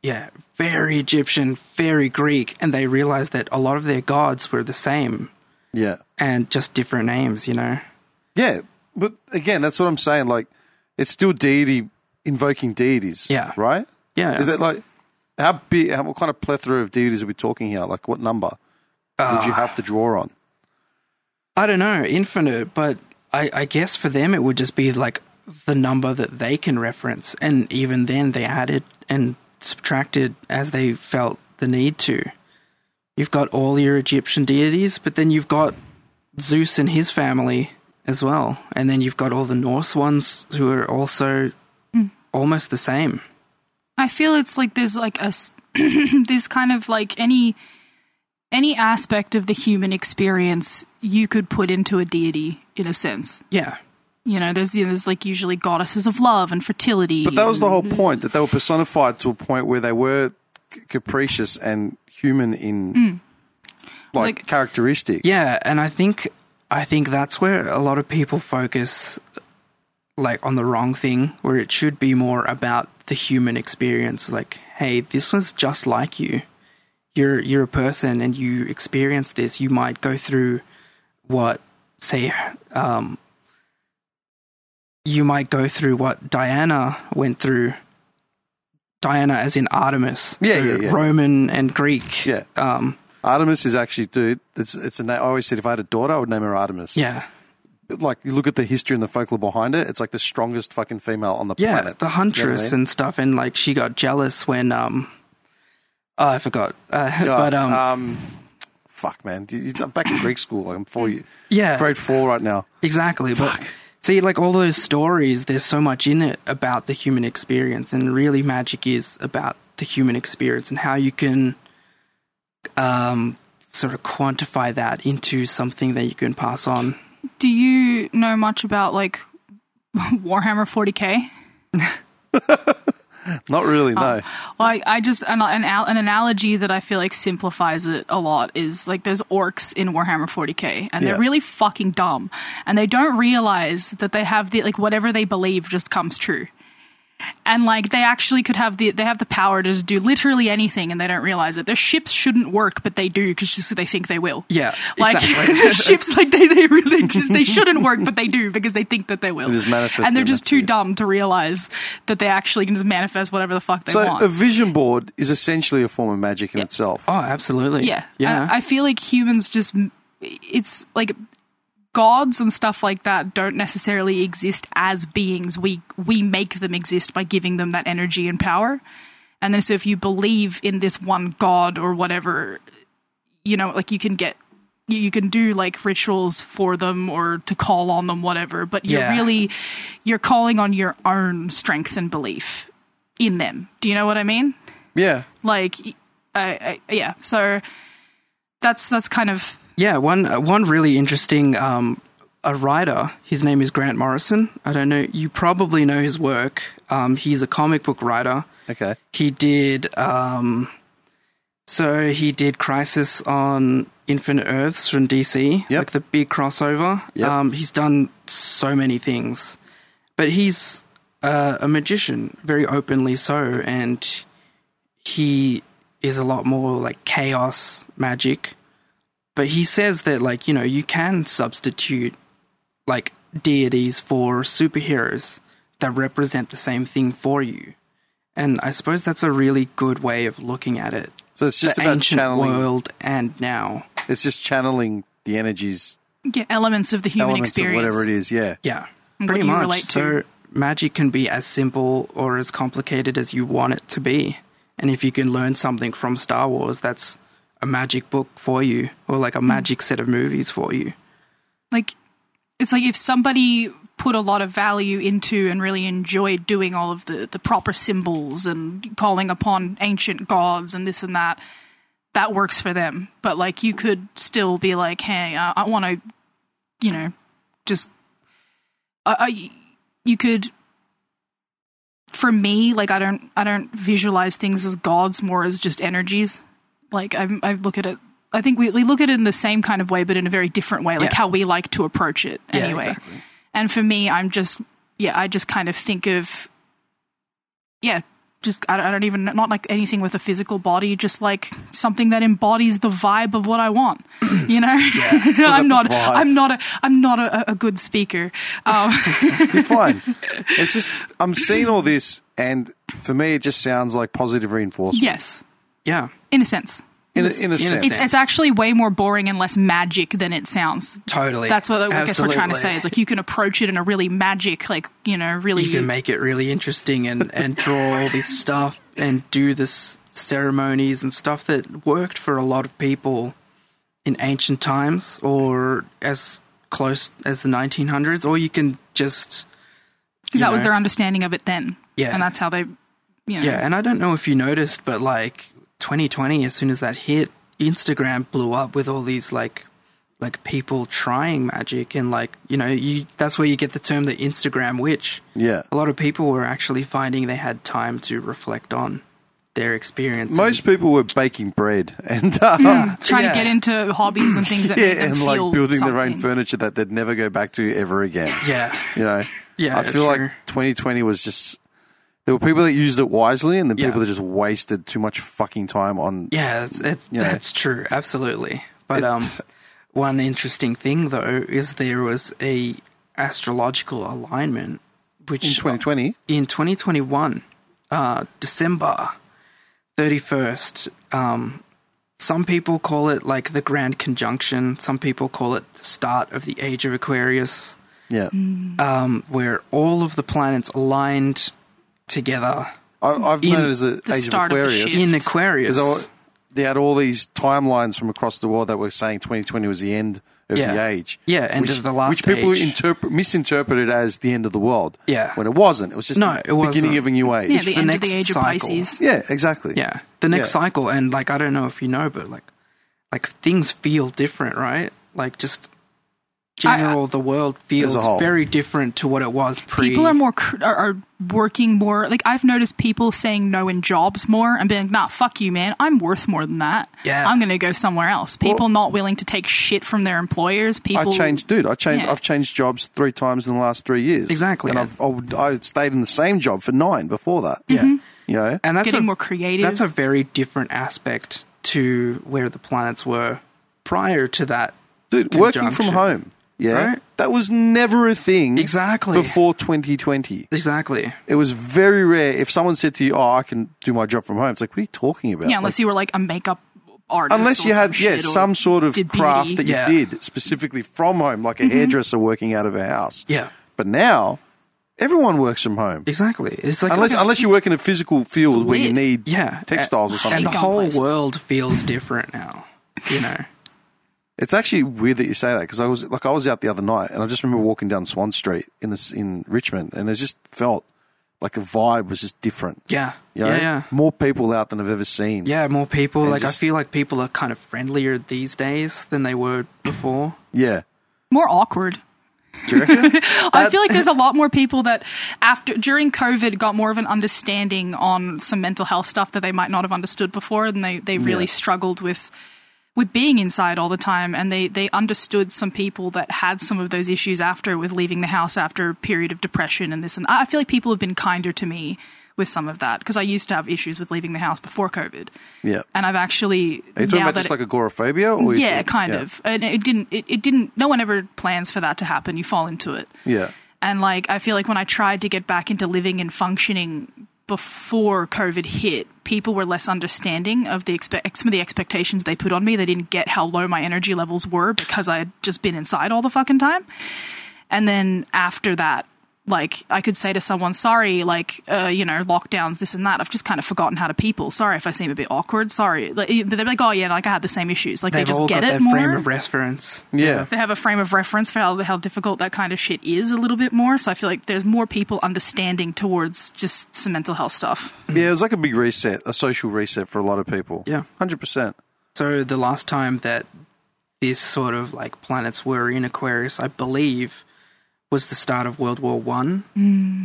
S9: yeah, very Egyptian, very Greek. And they realized that a lot of their gods were the same
S1: yeah,
S9: and just different names, you know?
S1: yeah. But again, that's what I'm saying. Like it's still deity invoking deities.
S9: Yeah.
S1: Right.
S9: Yeah.
S1: Is it like how big? How, what kind of plethora of deities are we talking here? Like what number would
S9: Uh,
S1: you have to draw on?
S9: I don't know, infinite, but I, I guess for them it would just be like the number that they can reference. And even then they added and subtracted as they felt the need to. You've got all your Egyptian deities, but then you've got Zeus and his family as well. And then you've got all the Norse ones who are also almost the same.
S8: I feel it's like there's like a s- there's kind of like any any aspect of the human experience you could put into a deity in a sense.
S9: Yeah.
S8: You know, there's you know, there's like usually goddesses of love and fertility.
S1: But that was the whole point that they were personified to a point where they were c- capricious and human in like,
S8: Like-
S1: characteristics.
S9: Mm. Yeah, and I think I think that's where a lot of people focus like on the wrong thing where it should be more about the human experience like hey, this was just like you. You're you're a person and you experience this. You might go through what say um you might go through what Diana went through. Diana as in Artemis.
S1: Yeah,
S9: So
S1: yeah, yeah.
S9: Roman and Greek.
S1: Yeah.
S9: Um
S1: Artemis is actually, dude. It's it's a. Na- I always said if I had a daughter, I would name her Artemis.
S9: yeah.
S1: Like you look at the history and the folklore behind it. It's like the strongest fucking female on the
S9: Yeah,
S1: planet.
S9: the huntress and stuff, and like she got jealous when um, oh, I forgot, uh, but um,
S1: fuck, man. You- you- I'm back in Greek school. I'm four. year-
S9: yeah,
S1: Grade four right now.
S9: exactly. But see, like all those stories, there's so much in it about the human experience, and really, magic is about the human experience and how you can um sort of quantify that into something that you can pass on.
S8: Do you know much about like Warhammer 40k?
S1: Not really. No.
S8: Well, I, I just an, an al- an analogy that I feel like simplifies it a lot is like there's orcs in Warhammer 40k, and
S1: Yeah.
S8: they're really fucking dumb, and they don't realize that they have the like whatever they believe just comes true. and like they actually could have the they have the power to just do literally anything and they don't realize it their ships shouldn't work but they do because just they think they will
S9: Yeah,
S8: like
S9: exactly.
S8: ships like they, they really just they shouldn't work but they do because they think that they will
S1: They just manifest
S8: and they're
S1: them,
S8: just
S1: that's
S8: too
S1: it.
S8: dumb to realize that they actually can just manifest whatever the fuck they
S1: So
S8: want
S1: a vision board is essentially a form of magic in itself.
S9: Oh, absolutely.
S8: Yeah.
S9: Yeah.
S8: I, I feel like humans just, it's like gods and stuff like that don't necessarily exist as beings. We, we make them exist by giving them that energy and power. And then, so if you believe in this one god or whatever, you know, like you can get, you, you can do like rituals for them or to call on them, whatever, but you're
S9: Yeah.
S8: really, you're calling on your own strength and belief in them. Do you know what I mean?
S1: Yeah.
S8: like I, I yeah so that's that's kind of
S9: Yeah, one uh, one really interesting um, a writer. His name is Grant Morrison. I don't know. You probably know his work. Um, he's a comic book writer.
S1: Okay.
S9: He did um, so he did Crisis on Infinite Earths from DC,
S1: Yep.
S9: like the big crossover.
S1: Yep.
S9: Um, he's done so many things, but he's uh, a magician, very openly so, and he is a lot more like chaos magic. But he says that like you know you can substitute like deities for superheroes that represent the same thing for you. And I suppose that's a really good way of looking at it.
S1: So it's just
S9: the
S1: about
S9: ancient
S1: channeling.
S9: world and now.
S1: It's just channeling the energies,
S8: yeah, elements of the human
S1: elements
S8: experience
S1: of whatever it is. Yeah.
S9: Yeah.
S8: And what
S9: Pretty
S8: do you
S9: much.
S8: relate
S9: So
S8: to?
S9: magic can be as simple or as complicated as you want it to be. And if you can learn something from Star Wars, that's a magic book for you or like a
S8: Hmm.
S9: magic set of movies for you.
S8: like it's like if somebody put a lot of value into and really enjoyed doing all of the the proper symbols and calling upon ancient gods and this and that that works for them but like you could still be like hey uh, i want to you know just I, I you could for me like i don't i don't visualize things as gods more as just energies like i i look at it i think we, we look at it in the same kind of way but in a very different way like
S9: Yeah.
S8: how we like to approach it
S9: Yeah,
S8: anyway
S9: exactly.
S8: and for me i'm just yeah i just kind of think of yeah just I don't, I don't even not like anything with a physical body just like something that embodies the vibe of what i want you know
S1: about
S8: i'm not
S1: the vibe.
S8: i'm not a i'm not a, a good speaker um
S1: You're fine. it's just I'm seeing all this, and for me, it just sounds like positive reinforcement.
S8: yes
S9: Yeah.
S8: in a sense
S1: In, a, in a
S9: a
S1: sense.
S8: it's,
S9: sense.
S8: it's actually way more boring and less magic than it sounds.
S9: Totally.
S8: That's what I guess we're trying to
S9: Absolutely.
S8: say. Is like you can approach it in a really magic, like you know, really
S9: you can make it really interesting and, and draw all this stuff and do this ceremonies and stuff that worked for a lot of people in ancient times or as close as the 1900s or you can just you
S8: because that was
S9: know.
S8: their understanding of it then.
S9: Yeah.
S8: and that's how they, you know,
S9: yeah and i don't know if you noticed but like 2020 as soon as that hit instagram blew up with all these like like people trying magic and like you know you that's where you get the term the instagram witch
S1: yeah.
S9: a lot of people were actually finding they had time to reflect on their experience.
S1: Most people were baking bread and um,
S8: trying
S9: Yeah.
S8: to get into hobbies and things that
S1: yeah,
S8: make them
S1: and
S8: feel
S1: like building
S8: something.
S1: their own furniture that they'd never go back to ever again.
S9: yeah,
S1: You know,
S9: Yeah,
S1: I feel like
S9: sure.
S1: 2020 was just there were people that used it wisely, and then
S9: Yeah.
S1: people that just wasted too much fucking time on.
S9: yeah, it's, it's
S1: Yeah.
S9: that's true, absolutely. But um, one interesting thing though is there was a astrological alignment, which
S1: In 2020,
S9: in 2021, uh, December 31st. Um, some people call it like the Grand Conjunction. Some people call it the start of the Age of Aquarius.
S1: yeah,
S9: um, where all of the planets aligned together
S1: I, I've
S9: In
S1: noticed that
S8: the
S1: Age of
S8: start of the
S1: Aquarius
S8: shift.
S9: in Aquarius.
S1: because I- they had all these timelines from across the world that were saying 2020 was the end of
S9: Yeah.
S1: the age.
S9: Yeah, end
S1: which,
S9: of the last
S1: which people
S9: age.
S1: interpret misinterpreted as the end of the world.
S9: Yeah.
S1: when it wasn't. It was just
S9: No,
S1: the
S9: it wasn't.
S1: beginning of a new age.
S8: yeah, the,
S9: the
S8: end of
S9: next
S8: the age
S9: cycle.
S8: of Pisces.
S1: Yeah, exactly.
S9: Yeah, the next
S1: Yeah.
S9: cycle, and like I don't know if you know, but like, like things feel different, right? Like just general the world feels
S1: a whole.
S9: very different to what it was pre.
S8: people are more cr- are, are working more. Like I've noticed people saying no in jobs more and being like, "Nah, fuck you, man. I'm worth more than that.
S9: Yeah.
S8: I'm gonna go somewhere else." People
S1: Well-
S8: not willing to take shit from their employers.
S1: I
S8: People
S1: changed, dude. I changed.
S8: Yeah.
S1: I've changed jobs three times in the last three years.
S9: Exactly.
S1: And I've, I, would- I stayed in the same job for nine before that.
S9: yeah.
S1: You know.
S9: and that's
S8: Getting
S9: a,
S8: more creative.
S9: That's a very different aspect to where the planets were prior to that.
S1: dude, working from
S9: Conjunction.
S1: home. Yeah.
S9: Right.
S1: That was never a thing.
S9: Exactly.
S1: Before 2020.
S9: Exactly.
S1: It was very rare if someone said to you, "Oh, I can do my job from home." It's like, what are you talking about?
S8: yeah, unless you were like a makeup artist,
S1: unless
S8: or
S1: you
S8: some
S1: had yeah
S8: shit or
S1: some sort of
S8: did
S1: craft that
S8: beauty.
S1: you
S9: Yeah.
S1: did specifically from home, like a
S8: Mm-hmm.
S1: hairdresser working out of a house.
S9: Yeah.
S1: But now everyone works from home.
S9: Exactly. It's like
S1: Unless, unless you work in a physical field where you
S8: weird.
S1: need
S9: yeah,
S1: textiles or something.
S9: And the
S8: Gum
S9: whole
S8: places.
S9: world feels different now. You know.
S1: It's actually weird that you say that because I was like I was out the other night and I just remember walking down Swan Street in this in Richmond and it just felt like a vibe was just different.
S9: Yeah.
S1: You know?
S9: Yeah. Yeah.
S1: More people out than I've ever seen.
S9: Yeah, more people.
S1: And
S9: Like
S1: just-
S9: I feel like people are kind of friendlier these days than they were before.
S1: Yeah.
S8: more awkward.
S1: Do you reckon?
S8: I feel like there's a lot more people that after during COVID got more of an understanding on some mental health stuff that they might not have understood before, and they they really
S1: Yeah.
S8: struggled with with being inside all the time, and they they understood some people that had some of those issues after with leaving the house after a period of depression and this and I I feel like people have been kinder to me with some of that because I used to have issues with leaving the house before COVID,
S1: yeah.
S8: and I've actually
S1: Are you talking
S8: now
S1: about
S8: that
S1: just
S8: it-
S1: like agoraphobia? Or are you
S8: yeah,
S1: talking-
S8: kind
S1: yeah.
S8: of, and it didn't it, it didn't no one ever plans for that to happen. You fall into it.
S1: Yeah.
S8: And like, I feel like when I tried to get back into living and functioning before COVID hit, people were less understanding of the expe- some of the expectations they put on me. They didn't get how low my energy levels were because I had just been inside all the fucking time. And then after that, like I could say to someone, "Sorry, like uh, you know, lockdowns, this and that. I've just kind of forgotten how to people. Sorry if I seem a bit awkward. Sorry." Like, but they're like, "Oh yeah, like I had the same issues. Like
S9: They've
S8: they just
S9: all
S8: get
S9: got their
S8: it more."
S9: frame of reference.
S1: Yeah.
S8: they have a frame of reference for how, how difficult that kind of shit is a little bit more. So I feel like there's more people understanding towards just some mental health stuff.
S1: Yeah, it was like a big reset, a social reset for a lot of people.
S9: Yeah.
S1: 100%.
S9: So the last time that this sort of like planets were in Aquarius, I believe, was the start of World War One,
S1: Hmm.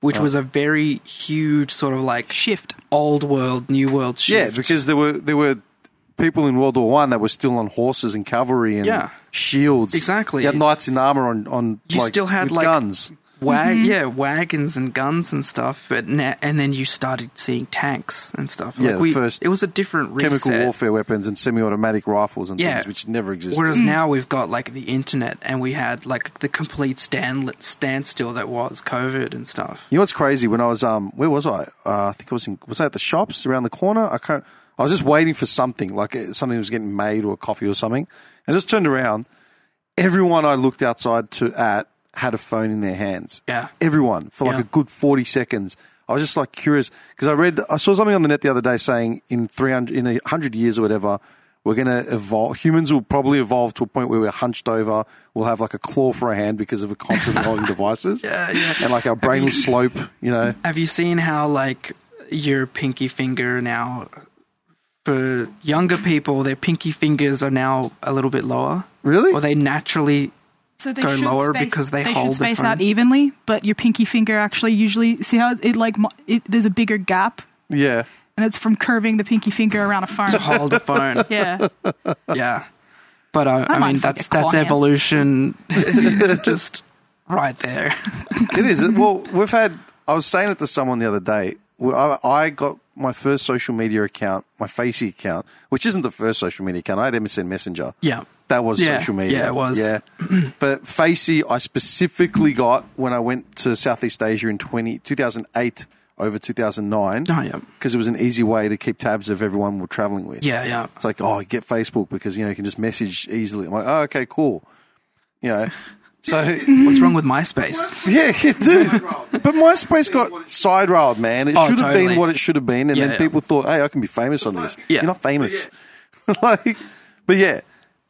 S9: which was a very huge sort of like
S8: Shift.
S9: old world, new world
S1: Yeah,
S9: shift.
S1: because there were there were people in World War One that were still on horses and cavalry and
S9: Yeah.
S1: shields.
S9: Exactly.
S1: You had knights in armor on on
S9: You
S1: like,
S9: still had,
S1: with
S9: like-
S1: guns.
S9: Wag-
S1: Mm-hmm.
S9: yeah, wagons and guns and stuff, but na- and then you started seeing tanks and stuff.
S1: Yeah,
S9: Like, we-
S1: first
S9: it was a different reset.
S1: Chemical warfare weapons and semi-automatic rifles and
S9: Yeah.
S1: things which never existed. Mm.
S9: Whereas now we've got like the internet, and we had like the complete stand standstill that was COVID and stuff.
S1: you know what's crazy? When I was um, where was I? Uh, I think I was in was I at the shops around the corner? I can't. I was just waiting for something like uh, something was getting made or a coffee or something, and I just turned around. Everyone I looked outside to at had a phone in their hands.
S9: Yeah.
S1: everyone for like
S9: Yeah.
S1: a good 40 seconds. I was just like curious because I read, I saw something on the net the other day saying in 300, in 100 years or whatever, we're going to evolve. Humans will probably evolve to a point where we're hunched over. We'll have like a claw for a hand because of a constant holding devices.
S9: Yeah, yeah.
S1: And like our brain will slope, you know.
S9: Have you seen how like your pinky finger now? For younger people, their pinky fingers are now a little bit lower.
S1: Really?
S9: Or they naturally
S8: So they
S9: Go should lower space- because they hold the
S8: should space
S9: phone.
S8: out evenly, but your pinky finger actually usually see how it, it like mo- it, there's a bigger gap,
S1: Yeah.
S8: and it's from curving the pinky finger around a phone.
S9: hold a phone.
S8: yeah,
S9: yeah. But uh, I, I, mean,
S8: mind fuck
S9: that's
S8: a
S9: that's
S8: client.
S9: evolution, just right there.
S1: It is. It- Well, we've had. I was saying it to someone the other day. Well, I, I got my first social media account, my Facey account, which isn't the first social media account. I had MSN Messenger.
S9: Yeah.
S1: that was
S9: Yeah.
S1: social media.
S9: Yeah, it was.
S1: Yeah, but Facey, I specifically got when I went to Southeast Asia in 20, 2008 over two thousand nine.
S9: Oh, yeah.
S1: because it was an easy way to keep tabs of everyone we're traveling with.
S9: Yeah, yeah.
S1: It's like, oh, get Facebook because you know you can just message easily. I'm like, oh, okay, cool. You know, so
S9: What's wrong with MySpace?
S1: yeah, yeah, dude. But MySpace got side-railed, man. It
S9: Oh,
S1: should have
S9: totally.
S1: been what it should have been, and
S9: Yeah,
S1: then
S9: yeah.
S1: people thought, "Hey, I can be famous on this."
S9: Yeah.
S1: You're not famous, like. But yeah,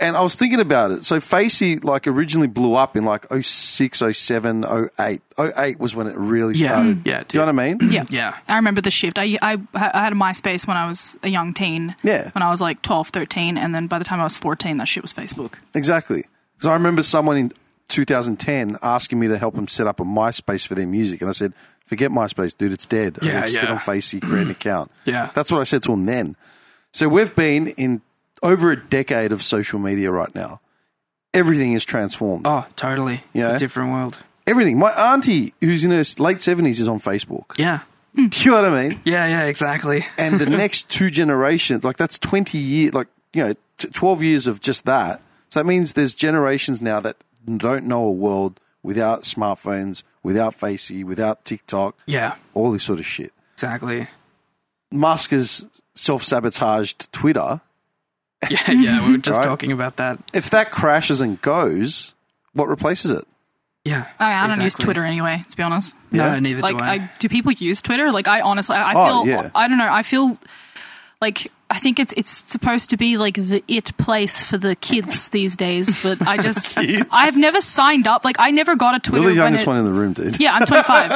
S1: and I was thinking about it. So Facey like originally blew up in like 06, 07, 08. 08 was when it really
S9: Yeah.
S1: started.
S9: Mm. Yeah,
S1: do you know what I mean?
S8: yeah,
S9: Yeah.
S8: I remember the shift. I, I I had a MySpace when I was a young teen.
S1: Yeah.
S8: when I was like 12, 13, and then by the time I was fourteen, that shit was Facebook.
S1: Exactly. Because I remember someone in 2010 asking me to help them set up a MySpace for their music, and I said, "Forget MySpace, dude. It's dead. I mean,
S9: Yeah,
S1: just get
S9: yeah.
S1: on Facey, create an account."
S9: Yeah.
S1: that's what I said to him then. So we've been in over a decade of social media right now. Everything is transformed.
S9: Oh, totally.
S1: Yeah.
S9: It's a different world.
S1: Everything. My auntie, who's in her late 70s, is on Facebook.
S9: Yeah.
S1: Do you know what I mean?
S9: Yeah, yeah, exactly.
S1: and the next two generations, like that's 20 years, like, you know, t- 12 years of just that. So that means there's generations now that don't know a world without smartphones, without Facey, without TikTok,
S9: Yeah,
S1: all this sort of shit.
S9: exactly.
S1: Musk has self sabotaged Twitter.
S9: Yeah, yeah, we were just
S1: Right.
S9: talking about that.
S1: If that crashes and goes, what replaces it?
S9: Yeah.
S8: I, mean, Oh, I don't use
S9: exactly.
S8: Twitter anyway, to be honest.
S9: No,
S1: Yeah.
S9: neither
S8: Like,
S9: do I.
S8: I, do people use Twitter? Like, I honestly, I, I
S1: Oh,
S8: feel,
S1: yeah.
S8: I don't know, I feel like I think it's it's supposed to be like the it place for the kids these days, but I just, I've never signed up. Like, I never got a Twitter.
S1: You're the
S8: when
S1: youngest
S8: it,
S1: one in the room, dude.
S8: Yeah, I'm 25,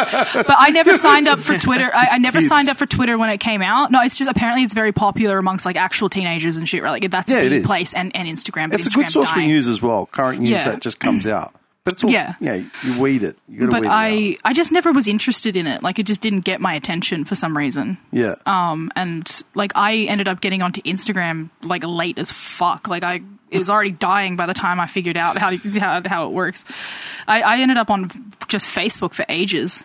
S8: but I never signed up for Twitter. I, I never
S1: Kids.
S8: signed up for Twitter when it came out. No, it's just apparently it's very popular amongst like actual teenagers and shit. Right? Like that's
S1: Yeah, it
S8: the
S1: is.
S8: place and, and Instagram. But
S1: It's a
S8: Instagram's
S1: good source
S8: dying.
S1: for news as well, current news
S8: Yeah.
S1: that just comes out. But it's all, yeah,
S8: Yeah.
S1: you weed it. You got to
S8: But
S1: weed it. out.
S8: I, I just never was interested in it. Like it just didn't get my attention for some reason.
S1: Yeah.
S8: Um, and like I ended up getting onto Instagram like late as fuck. Like I it was already dying by the time I figured out how to, how, how it works. I, I ended up on just Facebook for ages.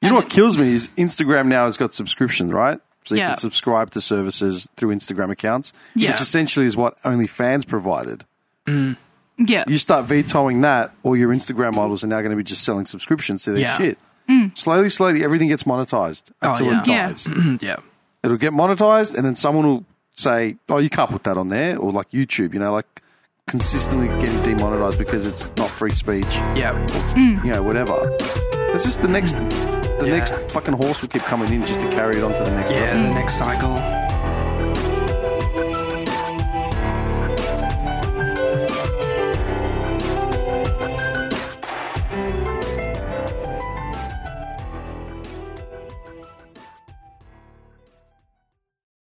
S1: You know what kills me is Instagram now has got subscriptions, right? So you
S8: Yeah.
S1: can subscribe to services through Instagram accounts,
S8: Yeah.
S1: which essentially is what OnlyFans provided.
S8: Yeah.
S1: You start vetoing that, all your Instagram models are now going to be just selling subscriptions to their
S9: Yeah.
S1: shit. Slowly, slowly, everything gets monetized until it
S8: Mm. Oh, yeah.
S1: dies.
S9: yeah.
S1: It'll get monetized, and then someone will say, "Oh, you can't put that on there," or like YouTube, you know, like consistently getting demonetized because it's not free speech,
S9: Yeah.
S1: you know, whatever. It's just the next, the
S9: Yeah.
S1: next fucking horse will keep coming in just to carry it on to the next
S9: Yeah,
S1: level.
S9: the next cycle.